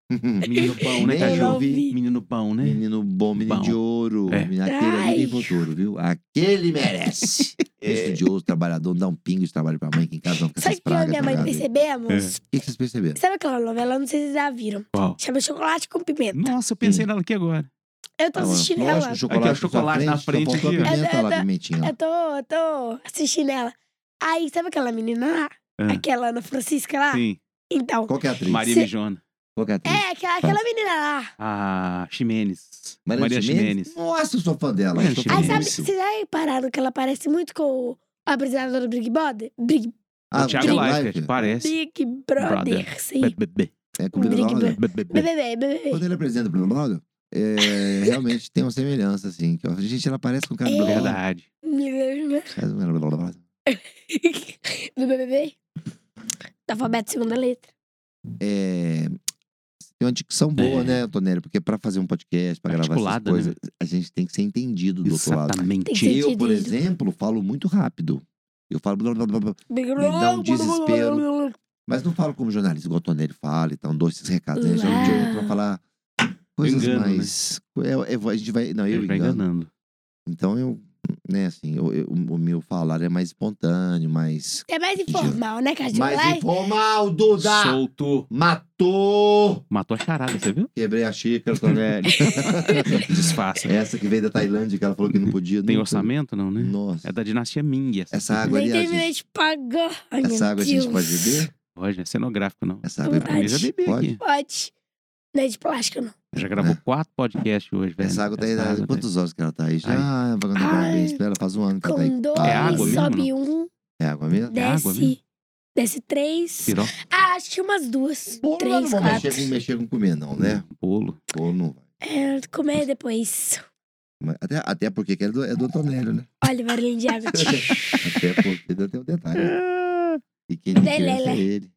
S3: Menino bom, né,
S2: Nem
S3: Caju?
S1: eu vi.
S3: Menino bom, né?
S2: Menino bom, menino
S3: Bom.
S2: de ouro.
S3: É.
S2: Menino- Aquele ali
S1: Ai.
S2: tem futuro, viu? Aquele merece. Estudioso, trabalhador, não dá um pingo de trabalho pra mãe, que em casa não fica
S1: Sabe
S2: essas
S1: o que eu e
S2: pragas. tá É.
S1: minha mãe
S2: jogada aí.
S1: percebemos?
S2: O que vocês perceberam?
S1: Sabe aquela novela? Não sei se vocês já viram.
S3: Qual?
S1: Chama Chocolate com Pimenta.
S3: Nossa, eu pensei nela aqui agora.
S1: Eu tô
S2: Ah,
S1: assistindo
S2: lógico,
S1: ela.
S2: o chocolate,
S3: Aqui, ó, chocolate na frente
S2: Só faltou a
S3: aqui, ó.
S2: pimenta
S1: É,
S2: lá,
S1: é, é.
S2: pimentinha. lá.
S1: Eu tô, eu tô assistindo ela. Aí, sabe aquela menina lá?
S3: Ah.
S1: Aquela Ana Francisca lá?
S3: Sim.
S1: Então.
S2: Qual que é a atriz?
S3: Maria
S1: Se-
S3: Mijona.
S2: Qual que é a atriz?
S1: É, aquela, aquela menina lá.
S3: Ah, Ximenes.
S2: Maria, Ximenes? Nossa, eu sou fã dela.
S3: Maria
S2: eu sou
S1: Aí,
S3: Sim.
S1: sabe,
S2: fãzíssimo.
S1: vocês já repararam que ela parece muito com o apresentador do Big Brother? Big,
S2: Ah,
S3: o Thiago
S2: Thiago
S3: Leifert,
S2: Leifert.
S3: parece.
S1: Big Brother,
S3: Brother.
S1: sim.
S3: Be- be- be-
S2: É comida
S1: Big
S2: da hora.
S1: Brother.
S3: be- be- be-
S1: Bebê, bebê, bebê.
S2: Quando ele apresenta o Bruno Blog, é, realmente tem uma semelhança, assim. Que, ó, gente, ela parece com o cara do
S1: É.
S2: Bruno Blog.
S3: Verdade.
S1: Bebê,
S2: Faz um blá, blá, blá, blá.
S1: bebê, bebê. Do Tá alfabeto, segunda letra.
S2: É, Tem uma dicção boa,
S3: É.
S2: né, Tonelli? Porque pra fazer um podcast, pra gravar essas
S3: Articulada, né?
S2: coisas, a gente tem que ser entendido do outro lado.
S1: Tem
S3: Exatamente.
S1: que ser
S2: Eu, por
S1: entendido.
S2: exemplo, falo muito rápido. Eu falo. blá, blá, blá, blá,
S1: Big
S2: dá um desespero. Mas não falo como jornalista, igual o Tonelli fala e tal, dois, três recados. Né? Já um dia ou outro pra falar coisas
S3: engano, né?
S2: mais. É, é, a gente vai. Não, eu
S3: Ele vai
S2: engano.
S3: enganando.
S2: Então eu, né, assim, eu- eu- o meu falar é mais espontâneo, mais.
S1: É mais informal, né, Caju?
S2: Mais
S1: Lá-
S2: informal, Duda!
S3: Soltou.
S2: Matou!
S3: Matou a charada, você viu?
S2: Quebrei a xícara, Tonelli.
S3: Disfarça.
S2: Essa que veio da Tailândia, que ela falou que não podia.
S3: Tem
S2: nunca.
S3: orçamento, não, né?
S2: Nossa.
S3: É da dinastia Ming. Essa,
S2: Essa água
S1: Nem
S2: ali, a gente,
S1: terminei de pagar. Ai, meu
S2: essa água a gente
S1: Deus.
S2: pode beber?
S3: Hoje não é cenográfico, não.
S2: Essa água é pra
S1: Ai,
S3: Eu já bebi
S2: Pode?
S3: aqui.
S1: Pode. Não é de plástico, não.
S3: Já gravou quatro podcasts hoje, velho.
S2: Essa água tá aí.
S3: Essa água tá aí.
S2: Quantas horas que ela tá aí? Já,
S3: Ai.
S2: ah, vagando pra
S1: Ai.
S2: vez. Espera, faz um ano que ela tá aí.
S1: Com dois,
S2: É
S3: água mesmo,
S1: sobe um,
S2: É água mesmo?
S3: É água
S1: desce. Desce três.
S3: Piró,
S1: Ah, acho que umas duas.
S2: Bolo nós não um
S1: três,
S2: vamos
S1: quatro.
S2: mexer com, mexer com comer, não, né?
S3: bolo.
S2: Bolo não vai.
S1: É, comer depois.
S2: Mas Até, até porque que é do, é do Antonello, né?
S1: Olha o barulhinho de água.
S2: até porque deu até o detalhe. E quem não
S1: Lelele.
S2: quer é ele.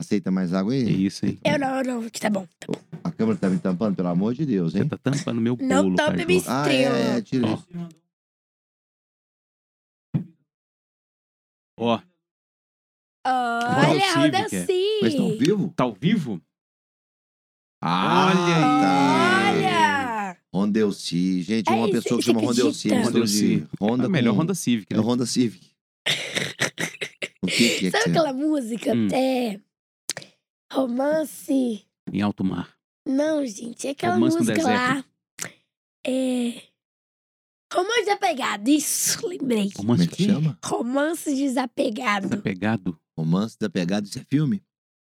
S2: Aceita mais água
S3: É
S2: aí?
S3: isso, hein?
S1: Eu não, eu não, que tá bom.
S2: A câmera tá me tampando, pelo amor de Deus,
S3: Você
S2: hein?
S3: tá tampando meu bolo,
S1: Não tampe
S3: Caju.
S1: minha
S2: Ah, é, é,
S1: estrela.
S2: tira
S3: Ó.
S2: isso.
S3: Ó,
S1: Olha,
S3: Qual
S1: roda
S3: Civic é?
S2: Mas estão
S1: assim.
S2: vivo?
S3: tá ao vivo?
S2: Ah,
S3: Olha aí.
S1: Olha!
S2: Rondelci. Gente,
S1: É
S2: uma
S1: isso,
S2: pessoa que
S1: você
S2: chama Rondelci.
S1: acredita?
S2: mistura de Honda
S3: a melhor
S2: com-
S3: Honda Civic,
S2: É
S3: né?
S2: Honda Civic. o que, que é que
S1: Sabe
S2: você...
S1: aquela música?
S3: Hum.
S1: É. Romance.
S3: Em alto mar.
S1: Não, gente, é aquela
S3: Romance no
S1: música
S3: deserto.
S1: lá. É. Romance desapegado, isso, lembrei.
S2: Como é
S3: Romance
S2: que chama?
S1: Romance
S3: Tá
S1: desapegado.
S3: Desapegado.
S2: Romance da Pegada, isso é filme?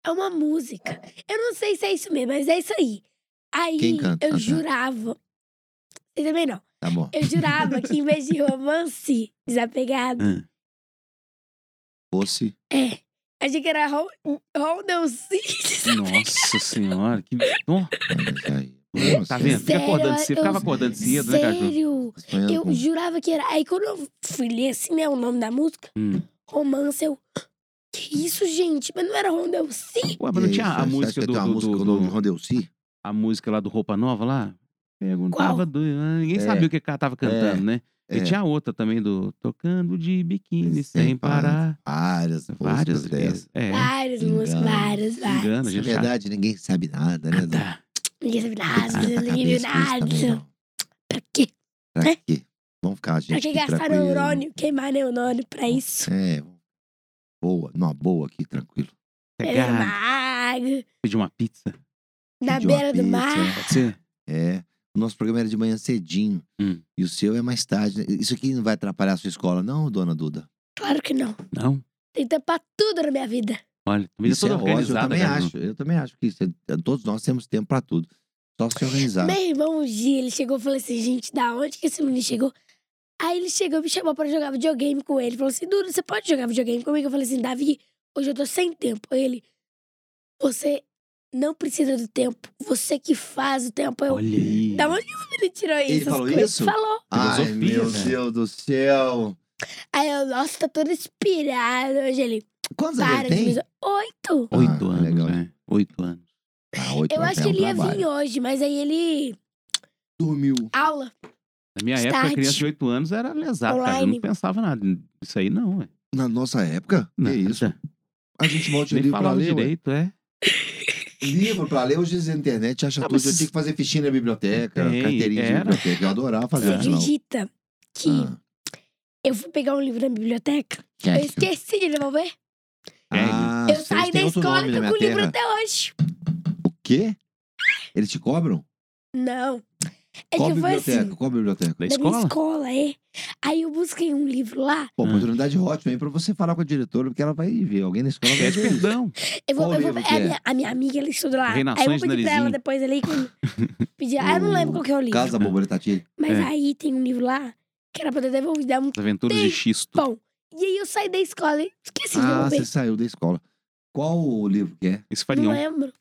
S1: É uma música. Eu não sei se é isso mesmo, mas é isso aí. Aí
S2: Quem canta? Ah,
S1: eu
S2: tá.
S1: jurava. Eu também não.
S2: Tá bom.
S1: Eu jurava que em vez de romance desapegado,
S3: Ah,
S2: Fosse...
S1: é. Achei que era Rondelci.
S3: Nossa senhora, que. Ó,
S2: Mas aí- Nossa,
S3: tá vendo? Fica
S1: Sério,
S3: acordando cedo,
S1: eu-
S3: ficava acordando cedo, né, Caju?
S1: Sério?
S2: tá sonhando
S1: Eu
S2: com-
S1: jurava que era. Aí quando eu fui ler assim, né, o nome da música,
S3: Hum.
S1: romance, eu. Que isso, gente? Mas não era Rondelci?
S3: Ué, mas não
S2: E aí,
S3: tinha
S2: você
S3: a
S2: acha
S3: música
S2: que
S3: do,
S2: tem uma
S3: do-
S2: música
S3: do-
S2: com o nome de
S3: do-
S2: Rondelci?
S3: a música lá do Roupa Nova lá? Perguntava do. ah, Ninguém
S2: É.
S3: sabia o que ela tava cantando, né?
S2: É. é, ah,
S3: E tinha a outra também do Tocando de Biquíni
S2: Sem
S3: Sem Parar.
S2: Várias
S3: Várias
S2: músicas
S3: vezes.
S2: dessas.
S3: É.
S1: Várias
S2: Engano.
S1: músicas, várias, várias.
S3: Engana,
S2: Na
S3: gente. sabe.
S2: Ah, é verdade, ninguém sabe nada, né? Não
S3: Tá.
S1: Ninguém sabe
S2: precisa
S1: nada,
S2: ficar
S1: ninguém viu
S2: tá cabeça com isso também,
S1: nada.
S2: não.
S1: Pra quê?
S2: Pra
S1: É?
S2: quê? Vamos ficar, gente.
S1: Pra que
S2: aqui
S1: gastar
S2: tranquilo.
S1: neurônio, queimar neurônio pra isso?
S2: É, boa, numa boa aqui, tranquilo. É
S1: Beira do
S3: Pegar,
S1: mar,
S3: pedir uma pizza.
S1: na
S2: Pedir uma
S1: beira do
S2: pizza.
S1: mar.
S3: Pode ser?
S2: É. O nosso programa era de manhã cedinho.
S3: Hum.
S2: E o seu é mais tarde. né? Isso aqui não vai atrapalhar a sua escola, não, dona Duda?
S1: Claro que não.
S3: Não?
S1: Tem que tampar tudo na minha vida.
S3: Olha, também
S2: isso
S3: é toda
S2: ótimo, eu
S3: organizada.
S2: também
S3: cara.
S2: acho. Eu também acho que isso é- todos nós temos tempo pra tudo. Só se organizar.
S1: Meu irmão, um dia, ele chegou e falou assim, gente, da onde que esse menino chegou? Aí ele chegou e me chamou pra jogar videogame com ele. Falou assim, Duda, você pode jogar videogame comigo? Eu falei assim, Davi, hoje eu tô sem tempo. Aí ele, você não precisa do tempo, você que faz o tempo. Eu,
S3: Olha aí.
S1: da onde que esse menino tirou isso?
S2: Ele falou isso?
S1: Falou.
S2: Ai,
S3: Filosofia,
S2: meu
S3: né?
S2: Deus do céu.
S1: Aí eu, nossa, tá todo inspirado. Hoje ele,
S2: Quantos anos
S1: para
S2: ele
S1: de
S2: tem?
S1: me... zo- Oito.
S3: Oito
S2: Ah,
S3: anos,
S2: legal.
S3: né? Oito anos.
S2: Ah, oito
S1: Eu
S2: anos
S1: acho
S2: é
S1: que
S2: um
S1: ele ia
S2: trabalho.
S1: vir hoje, mas aí ele
S2: Dormiu.
S1: Aula.
S3: Na minha
S1: Start.
S3: época, a criança de 8 anos era lesada, cara. Eu
S1: Online.
S3: não pensava nada disso aí, não, ué.
S2: Na nossa época? Que
S3: Nada.
S2: isso? A gente mal tinha
S3: Nem
S2: livro pra
S3: falava
S2: ler. ué.
S3: direito, é.
S2: Livro pra ler, hoje na internet acha
S3: Ah,
S2: tudo.
S3: mas
S2: Eu
S3: isso-
S2: tinha que fazer fichinha na biblioteca,
S3: Tem,
S2: carteirinha de
S3: era.
S2: biblioteca. Eu adorava fazer
S1: Você
S3: É.
S2: isso. não.
S1: acredita que
S2: Ah,
S1: eu fui pegar um livro na biblioteca? Eu
S2: Cast.
S1: esqueci de devolver.
S2: Ah,
S1: eu
S2: vocês
S1: saí da
S2: têm outro
S1: escola
S2: nome
S1: e tô
S2: na minha
S1: com o livro
S2: terra.
S1: até hoje.
S2: O quê? Eles te cobram?
S1: Não. É
S2: Qual
S1: que foi
S2: biblioteca?
S1: assim.
S2: Qual biblioteca?
S3: Da
S1: Da minha
S3: escola?
S1: escola, é. Aí eu busquei um livro lá.
S2: Pô,
S3: Ah.
S2: oportunidade ótima aí pra você falar com a diretora, porque ela vai ver. Alguém na escola vai
S3: Pede
S2: ver.
S3: perdão.
S1: Eu vou,
S2: Qual
S1: eu vou-
S2: livro
S1: é,
S2: que
S1: a,
S2: é?
S1: minha, a minha amiga, ela estudou lá.
S3: Renações
S1: aí eu vou pedir pra ela
S3: Narizinho.
S1: depois ali. Que... pedir, ah, eu não lembro qual que é o livro.
S2: Casa Borboletati.
S1: Mas
S3: É.
S1: aí tem um livro lá que era pra poder devolver, dar um
S3: As Aventuras de Xisto.
S1: pão. E aí eu saí da escola e esqueci de
S2: Ah,
S1: devolver.
S2: você saiu da escola. Qual o livro que é?
S3: Esse
S1: Não
S3: farião.
S1: lembro.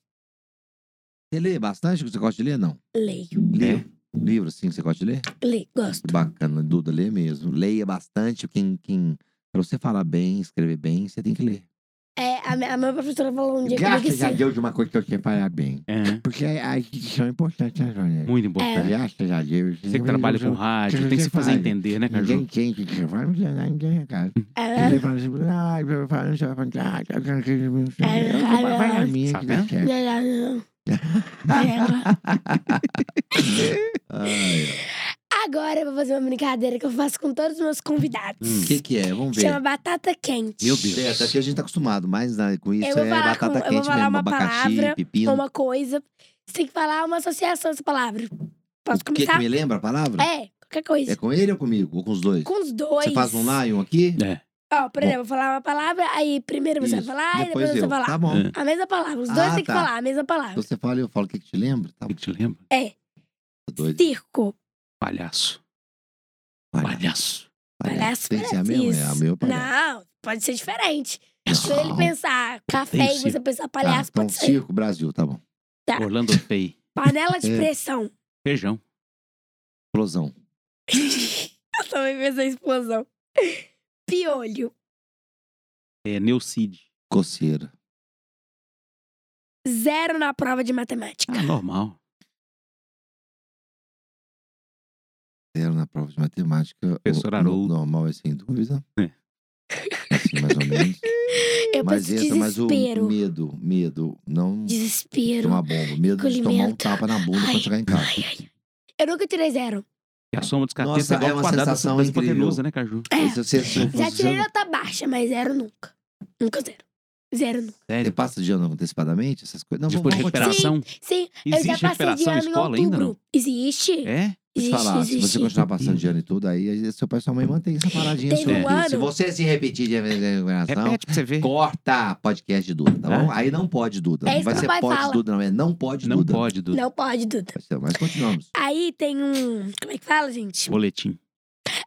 S2: Você lê bastante? Você gosta de ler? Não.
S1: Leio,
S2: Livro. Livro, assim, que você gosta de ler?
S1: leio, gosto.
S2: Bacana, Duda, lê mesmo. Leia bastante. Quem, quem... Pra você falar bem, escrever bem, você tem que ler.
S1: É, a minha, a minha professora falou um dia que eu
S2: Graças a
S1: esqueci.
S2: Deus de uma coisa que eu sei falar bem.
S3: É.
S2: Porque a edição é importante, né, Johnny?
S3: Muito
S1: É.
S3: importante.
S2: Graças a Deus.
S3: Você que trabalha com rádio, tem que se fazer entender, né, Caju?
S2: Ninguém entende o que você fala, ninguém recado.
S3: É.
S1: Ah,
S2: Ele fala assim, ah, eu falo, eu falo, ah, eu quero que eu me
S1: É,
S2: Vai na
S3: Tá
S2: minha que tá dá certo.
S1: não, não, não. É, agora- Agora eu vou fazer uma brincadeira que eu faço com todos os meus convidados.
S2: O que que é? Vamos
S1: Chama
S2: ver.
S1: batata quente.
S3: Meu
S2: É, até
S3: Deus.
S2: aqui a gente tá acostumado, mas né, com isso
S1: Eu vou
S2: é
S1: falar
S2: batata
S1: com- eu vou
S2: quente
S1: falar
S2: mesmo,
S1: uma
S2: abacaxi,
S1: palavra,
S2: pepino.
S1: Uma coisa. Você tem que falar uma associação dessa palavra. Posso
S2: O que que
S1: começar?
S2: me lembra a palavra?
S1: É, qualquer coisa.
S2: É com ele ou comigo? Ou com os dois?
S1: Com os dois.
S2: Você faz um lá e um aqui?
S3: É.
S1: Ó, por
S2: Bom.
S1: exemplo, eu vou falar uma palavra, aí primeiro você
S2: Isso.
S1: vai falar e
S2: Depois
S1: depois você
S2: eu.
S1: vai falar.
S2: Tá bom.
S3: É.
S1: A mesma palavra, os dois
S2: Ah,
S1: têm que
S2: tá.
S1: falar a mesma palavra.
S2: Você fala e eu falo o que que te lembra? Tá
S3: O que que te lembra?
S2: doido.
S1: Circo.
S3: Palhaço.
S2: Olha,
S3: Palhaço.
S1: Palhaço
S2: Tem que ser a
S1: parece
S2: mesma?
S1: isso.
S2: É a meu palhaço.
S1: Não, pode ser diferente. Se
S2: Não.
S1: ele pensar café
S3: Tem
S1: e você
S3: circo.
S1: pensar
S2: Tá,
S1: palhaço,
S2: então,
S1: pode ser.
S2: circo Brasil, tá bom.
S1: Tá.
S3: Orlando Fei.
S1: Panela de
S2: É.
S1: pressão.
S3: Feijão.
S2: Explosão.
S1: Eu também pensei em explosão. Piolho.
S3: É, Neucid.
S2: Coceira.
S1: Zero na prova de matemática.
S3: Ah, normal.
S2: Zero na prova de matemática.
S3: Professor
S2: o-
S3: Haroldo.
S2: no- Normal é sem dúvida.
S3: É.
S2: Assim, mais ou menos.
S1: Eu
S2: mas
S1: penso
S2: entra, mas o
S1: desespero.
S2: medo, medo. Não
S1: Desespero.
S2: tomar bomba. Medo de tomar um
S1: Encolhimento.
S2: tapa na bunda
S1: Ai,
S2: quando chegar em casa.
S1: ai, ai. Eu nunca tirei zero.
S3: E a soma dos catetos
S2: Nossa,
S3: é igual
S2: é uma
S3: ao quadrado das-
S2: sensação
S3: das
S2: incrível. Então
S3: hipotenusa, né, Caju?
S1: É.
S2: Se você, se
S1: Já
S2: você-
S1: tirei nota baixa, mas zero nunca. Nunca zero. Zero nunca.
S2: você
S3: Sério.
S2: passa de ano antecipadamente, essas coisas. Não,
S3: Depois de
S2: vamos, vamos continuar.
S3: Tipo, recuperação.
S1: Sim, eu
S3: Existe
S1: já passei de
S3: recuperação em
S1: ano em
S3: escola ainda,
S1: outubro.
S3: não?
S1: Existe?
S3: É?
S2: Deixa
S1: Existe,
S2: eu te falar, se
S1: existe.
S2: você continuar passando de ano e tudo, aí aí seu pai e sua mãe mantém essa paradinha
S1: Teve
S2: sua.
S3: um
S2: aqui. Se
S1: ano-
S2: você se repetir de recuperação,
S3: Repete pra você ver.
S2: corta podcast de Duda, tá bom? Aí não pode Duda.
S1: É
S2: Não
S1: isso
S2: vai
S1: que
S2: ser
S1: o pai
S2: pode
S1: fala.
S2: Duda, não é não pode
S3: Não
S2: Duda.
S3: pode, Dudu.
S1: Não pode, Duda.
S2: Vai ser, Mas continuamos.
S1: Aí tem um. Como é que fala, gente?
S3: Boletim.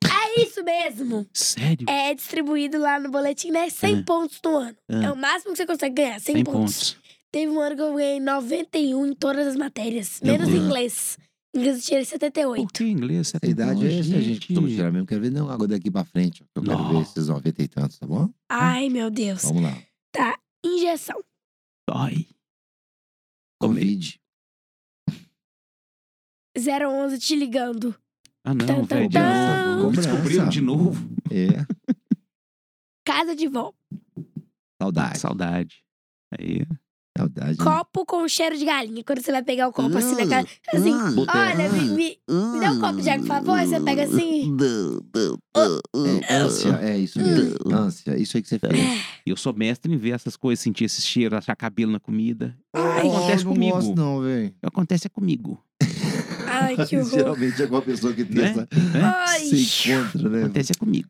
S1: É isso mesmo.
S3: Sério?
S1: É distribuído lá no boletim, né? 100
S2: É.
S3: Ah.
S1: pontos no ano.
S3: Ah.
S1: É o máximo que você consegue ganhar, 100,
S3: 100
S1: pontos.
S3: pontos.
S1: Teve um ano que eu ganhei 91 em todas as matérias,
S3: Meu
S1: menos
S2: Deus.
S1: inglês. Inglês eu tirei 78.
S3: Por que inglês?
S2: Essa idade é essa, a gente costuma tirar mesmo. Quero ver, não, agora daqui pra frente. Eu quero
S3: Não.
S2: ver esses 90 e tantos, tá bom?
S1: Ai, meu Deus.
S2: Vamos lá.
S1: Injeção.
S3: Dói.
S2: Covid.
S1: 011 te ligando.
S3: Ah, não,
S1: Tan, tan,
S3: velho.
S1: tan.
S3: Novo.
S2: Cobrança.
S3: Descobriu de novo.
S2: É.
S1: Casa de vó.
S2: Saudade.
S3: Saudade. Aí.
S2: Saudade.
S1: Copo com cheiro de galinha. Quando você vai pegar o copo assim na
S4: Hum,
S1: casa. Assim,
S4: hum,
S2: Ah,
S1: olha, me, me- me dá um copo de água, por favor. Aí Você pega assim.
S2: É, ânsia, é isso mesmo. Ânsia, isso aí que você fez.
S3: E eu sou mestre em ver essas coisas, sentir esse cheiro, achar cabelo na comida.
S1: Ai,
S3: Não acontece
S2: não
S3: comigo.
S2: gosto não, velho.
S3: Acontece é comigo.
S1: Ai, que horror.
S2: Geralmente é com a pessoa que tem
S3: Né?
S2: essa...
S1: Ai.
S2: Se encontra, né?
S3: Acontece é comigo.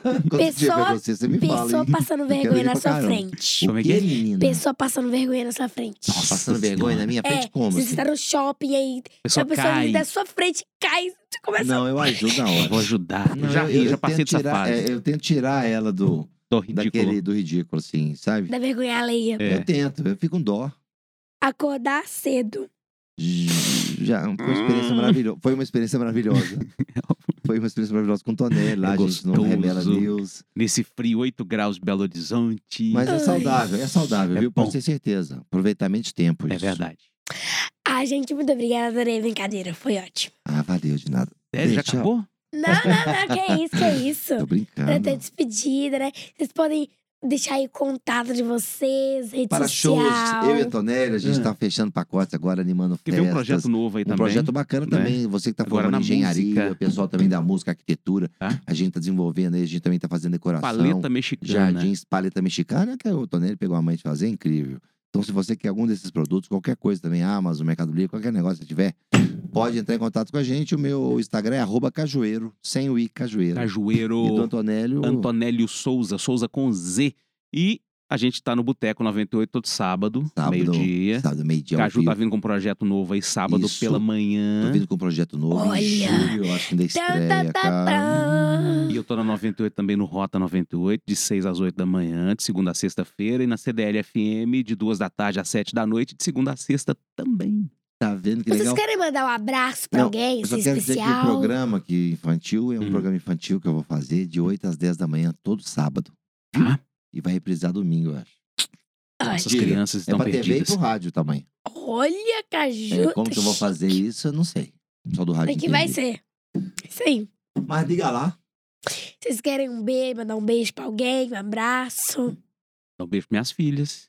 S2: Quando
S1: Pessoa-
S2: tiver com você, você me fala,
S1: Pessoa
S2: hein?
S1: passando
S2: quero
S1: vergonha
S2: ir
S1: na
S2: pra
S1: sua
S2: caramba.
S1: frente.
S3: Como é
S2: O
S3: que
S2: quê,
S3: é?
S2: menina?
S1: Pessoa passando vergonha na sua frente.
S3: Nossa
S2: Passando vergonha na minha frente, como
S1: Se você
S2: assim?
S1: tá no shopping aí,
S3: A pessoa
S1: a pessoa
S3: cai.
S1: vem da sua frente cai, você começa
S2: Não, eu ajudo na
S3: Eu
S2: hora.
S3: Vou ajudar.
S2: Não,
S3: já
S2: eu-
S3: ri,
S2: eu
S3: já passei
S2: tento
S3: dessa
S2: tirar-
S3: fase.
S2: é, eu tento tirar ela do,
S3: Tô ridículo.
S2: daquele, do ridículo, assim, sabe?
S1: da vergonha alheia.
S3: É.
S2: Eu tento, eu fico com dó.
S1: Acordar cedo.
S2: Já, foi uma
S3: Hum.
S2: experiência maravilhosa. Foi uma experiência maravilhosa. Foi uma experiência maravilhosa com o Tonelli lá,
S3: É
S2: a gente não
S3: gostoso.
S2: revela Deus.
S3: Nesse frio, 8 graus de Belo Horizonte.
S2: Mas é
S1: Ai.
S2: saudável, é saudável,
S3: É
S2: viu?
S3: bom.
S2: Pode ter certeza. Aproveitamento de tempo.
S3: É
S2: isso.
S3: verdade.
S1: A Ah, gente, muito obrigada. Adorei a brincadeira. Foi ótimo.
S2: Ah, valeu de nada.
S3: Sério, já
S2: Gente, ó,
S3: acabou?
S1: Não, não, não. Que é isso, que isso. Pra
S2: Tô brincando.
S1: ter despedida, né? Vocês podem deixar aí o contato de vocês, rede
S2: Para
S1: social.
S2: shows, eu e a Tonelli, a gente
S3: É.
S2: está fechando pacotes agora, animando
S3: Que
S2: festas.
S3: vem um projeto novo aí
S2: Um
S3: também.
S2: projeto bacana
S3: né?
S2: também. Você que tá
S3: Agora
S2: formando
S3: na
S2: engenharia,
S3: música.
S2: o pessoal também da música, arquitetura.
S3: Tá.
S2: A gente tá desenvolvendo aí, a gente também tá fazendo decoração.
S3: Paleta mexicana. né?
S2: jardins, paleta mexicana, que é o Tonelli pegou a mãe de fazer, é incrível. Então, se você quer algum desses produtos, qualquer coisa também, Amazon, Mercado Livre, qualquer negócio que tiver, pode entrar em contato com a gente. O meu Instagram é arroba cajueiro, sem o i, cajueiro. né? E do
S3: Cajueiro
S2: Antonélio,
S3: Antonélio Souza, Souza com Z. E a gente tá no Boteco 98 todo sábado,
S2: sábado,
S3: meio-dia.
S2: sábado, meio-dia, ao
S3: Caju
S2: vivo.
S3: tá vindo com um projeto novo aí, sábado
S2: é Isso.
S3: pela
S2: Tô
S3: manhã.
S2: vindo com um projeto novo
S1: Olha! Tá,
S2: em julho, eu acho que ainda
S1: Tan, tan,
S2: estreia,
S1: tan,
S2: cara.
S1: tan.
S3: E eu tô na 98 também, no Rota 98, de 6 às 8 da manhã, de segunda a sexta-feira. E na CDL FM, de 2 da tarde às 7 da noite, de segunda a sexta também.
S2: Tá vendo que
S1: Vocês
S2: legal?
S1: querem mandar um abraço pra
S2: Não,
S1: alguém,
S2: Eu só
S1: assim,
S2: quero dizer que o
S1: especial?
S2: programa aqui infantil é um
S3: Hum.
S2: programa infantil que eu vou fazer de 8 às 10 da manhã, todo sábado. viu?
S3: Tá.
S2: E vai reprisar domingo, eu acho.
S3: Essas
S2: Diga,
S3: crianças
S2: É
S3: estão
S2: pra TV e
S3: perdidas.
S2: pro rádio também.
S1: Olha, Caju.
S2: É, como que eu vou fazer isso, eu não sei. Só do rádio.
S1: O É que vai
S2: entender.
S1: ser? Isso aí.
S2: Mas diga lá.
S1: Vocês querem um beijo, mandar um beijo pra alguém, um abraço?
S3: Dá um beijo pra minhas filhas,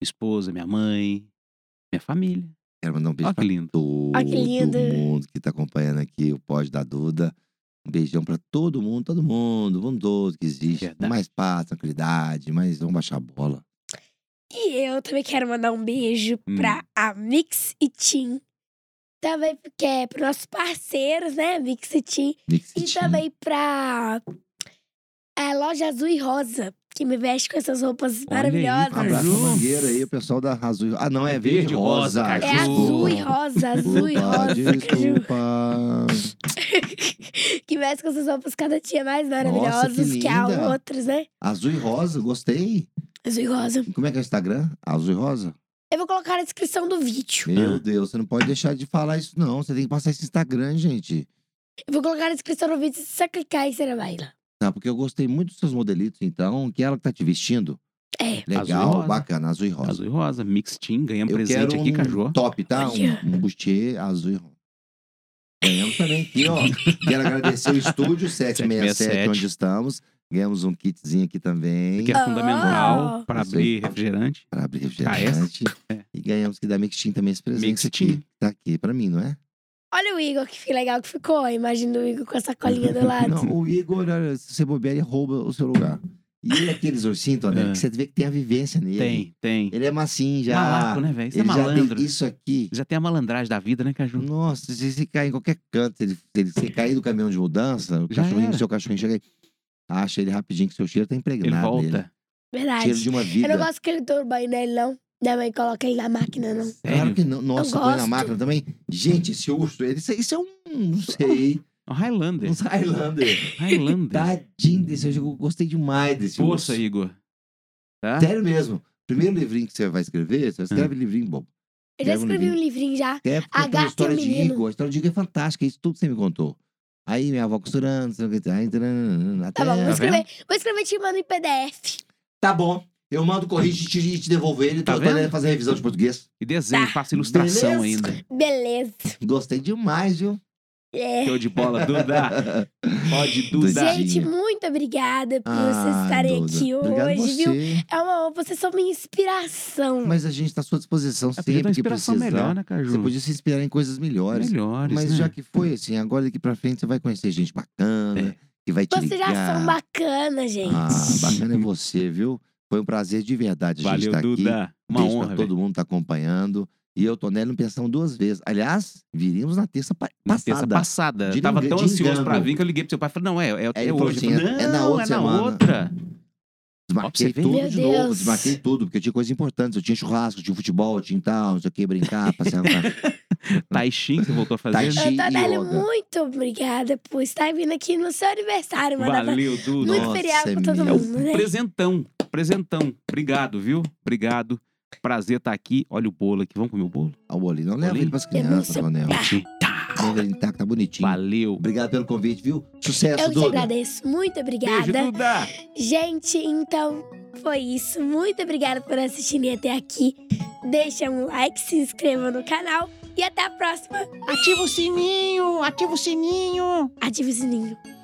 S3: minha esposa, minha mãe, minha família.
S2: Quero mandar um beijo
S3: Olha que
S2: pra
S3: lindo.
S2: todo
S1: Ah, que lindo.
S2: mundo que tá acompanhando aqui o Pós da Duda. Um beijão pra todo mundo, todo mundo, bondoso que existe.
S3: Verdade.
S2: Mais paz, tranquilidade, mas vamos baixar a bola.
S1: E eu também quero mandar um beijo
S3: Hum.
S1: pra a Mix e Tim. Também porque é pros nossos parceiros, né? Mix e Tim.
S2: Mix
S1: E
S2: City.
S1: também pra é, Loja Azul e Rosa, que me veste com essas roupas
S3: Olha aí,
S2: Um abraço
S1: maravilhosas.
S2: pra
S3: Caju.
S2: Mangueira aí, o pessoal da Azul. Ah, não, é,
S3: É
S2: verde
S3: verde
S2: e
S3: e
S2: rosa.
S3: rosa, Caju.
S1: É azul e
S2: Desculpa.
S1: rosa, azul e
S2: Opa,
S1: rosa. Caju.
S2: Desculpa.
S1: Que veste com essas roupas cada dia mais
S2: Nossa,
S1: maravilhosas
S2: que
S1: que há
S2: linda.
S1: outras, né?
S2: Azul e rosa, gostei.
S1: Azul e rosa.
S2: Como é que é o Instagram? Azul e rosa?
S1: Eu vou colocar na descrição do vídeo.
S2: Meu
S3: Ah.
S2: Deus, você não pode deixar de falar isso, não. Você tem que passar esse Instagram, gente.
S1: Eu vou colocar na descrição do vídeo, se você clicar aí, você vai lá.
S2: Tá, porque eu gostei muito dos seus modelitos, então, que ela que tá te vestindo.
S1: É.
S2: Legal,
S3: Azul e rosa.
S2: bacana, azul e rosa.
S3: Azul e Rosa, Mix Team, ganhamos
S2: eu
S3: presente
S2: quero
S3: aqui,
S2: um
S3: Caju.
S2: top, tá?
S1: Olha.
S2: Um, um bustier azul e rosa. Ganhamos também aqui, ó. Quero agradecer o estúdio 767,
S3: 767,
S2: onde estamos. Ganhamos um kitzinho aqui também.
S3: Que é fundamental
S1: Ah.
S3: para
S2: Isso aí.
S3: abrir refrigerante.
S2: Pra abrir
S3: Ah,
S2: refrigerante.
S3: essa? É.
S2: E ganhamos que da Mixtin também esse presente.
S3: Mixtin.
S2: aqui. Tá aqui pra mim, não é?
S1: Olha o Igor, que fi- legal que ficou. Imagina o Igor com essa colinha do lado.
S2: Não, o Igor, olha, se você bobear, ele rouba o seu lugar. E ele é aqueles ursinhos, Tonelli,
S3: É.
S2: que você vê que tem a vivência nele.
S3: Tem, tem.
S2: Ele é massinho já.
S3: Malaco, né, velho? Isso é
S2: Ele já
S3: malandro.
S2: tem isso aqui.
S3: Já tem a malandragem da vida, né, Caju?
S2: Nossa, se você cair em qualquer canto, se ele, se ele- se cair do caminhão de mudança, o
S3: Já
S2: cachorrinho,
S3: era.
S2: seu cachorrinho chega aí, acha ele rapidinho que seu cheiro tá impregnado
S3: Ele
S2: nele.
S3: volta.
S2: Cheiro
S1: Verdade.
S2: de uma
S1: Ah, Eu
S2: vida.
S1: não gosto que ele turba aí nele, não. Minha mãe coloca ele na máquina, não.
S2: Claro
S3: Sério?
S2: que não. Nossa, põe na
S1: gosto.
S2: máquina também. Gente, esse urso, ele, isso, isso é um, não sei,
S3: O É Highlander.
S2: um Highlander.
S3: Highlander.
S2: Tadinho desse, eu gostei demais desse urso.
S3: Força, Igor. Tá? Ah.
S2: Sério mesmo. Primeiro livrinho que você vai escrever, você escreve livrinho é bobo.
S1: Eu já
S2: Leva um
S1: escrevi um
S2: livrinho.
S1: livrinho já.
S2: Até
S1: A
S2: contando a
S1: gata e o
S2: história de
S1: menino.
S2: Igor. A história de Igor é fantástica, isso tudo você me contou. Aí minha avó costurando, não sei o que, aí, taranana, até...
S1: Tá bom, vou
S3: Tá
S1: escrever. Vou escrever e te mando em PDF.
S2: Tá bom, eu mando corrigir e te, e te devolver ele,
S3: Tá
S2: tô, tô
S3: vendo?
S2: lendo fazer revisão de português.
S3: E desenho,
S1: Tá.
S3: faço ilustração
S2: Beleza.
S3: ainda.
S1: Beleza.
S2: Gostei demais, viu?
S1: É.
S3: Show de bola, Duda. Pode, Duda.
S2: Doidinha.
S1: Gente, muito obrigada por vocês
S2: Ah,
S1: estarem
S2: Duda.
S1: aqui
S2: Obrigado
S1: hoje,
S2: você.
S1: viu? É uma honra, vocês são minha inspiração.
S2: Mas a gente tá à sua disposição
S3: Ah, podia dar
S2: sempre
S3: uma
S2: que
S3: inspiração
S2: precisar.
S3: melhor, né, Caju?
S2: Você podia se inspirar em coisas melhores.
S3: Melhores,
S2: Mas
S3: né?
S2: já que foi assim, agora daqui pra frente você vai conhecer gente bacana,
S3: É.
S2: que vai te
S1: Vocês
S2: ligar.
S1: já são bacanas, gente.
S2: Ah, bacana é você, viu? Foi um prazer de verdade a gente
S3: Valeu,
S2: estar aqui.
S3: Duda. Uma
S2: Beijo
S3: honra,
S2: pra
S3: velho.
S2: todo mundo que tá acompanhando. E eu, Tonelli, não pensamos duas vezes. Aliás, viríamos na terça pa-
S3: Na
S2: passada.
S3: terça passada.
S2: De
S3: eu tava
S2: engan-
S3: tão
S2: de
S3: ansioso
S2: engano.
S3: pra vir que eu liguei pro seu pai e falei, não, é, é,
S2: Aí
S3: é,
S2: ele falou
S3: hoje.
S2: assim,
S3: Eu falei,
S2: é- é na
S3: não,
S2: outra
S3: é
S2: semana.
S3: outra.
S2: Desmarquei
S3: Ó, pra você ver.
S2: tudo
S1: Meu
S2: de novo,
S1: Deus.
S2: desmarquei tudo, porque tinha coisas importantes. Eu tinha churrasco, tinha futebol, tinha tal, não sei o que, brincar, passear. pra-
S3: Tai Chi, que você voltou a
S2: Tai
S3: fazer. né?
S2: Chi e
S1: Antonelli,
S2: yoga.
S1: muito obrigada por estar vindo aqui no seu aniversário, mandar pra-
S3: Valeu, Duda.
S1: muito
S2: Nossa, é
S1: feriado pra todo
S2: meu.
S1: mundo, né?
S3: Presentão, presentão. Obrigado, viu? Obrigado. Prazer estar aqui. Olha o bolo aqui. Vamos comer o bolo?
S2: Ah, o Olino, leva
S3: Bolinho?
S2: ele pras
S1: Eu não
S2: crianças,
S1: sei-
S2: Tonel.
S1: Ah,
S2: Leva ele intacto, tá bonitinho.
S3: Valeu.
S2: Obrigado pelo convite, viu? Sucesso,
S1: Eu que te
S2: Duda.
S1: agradeço, muito
S3: Beijo,
S1: obrigada.
S3: Duda.
S1: Gente, então foi isso. Muito obrigada por assistirem até aqui. Deixa um like, se inscreva no canal E até a próxima.
S4: Ativa o sininho, ativa o sininho.
S1: Ative o sininho.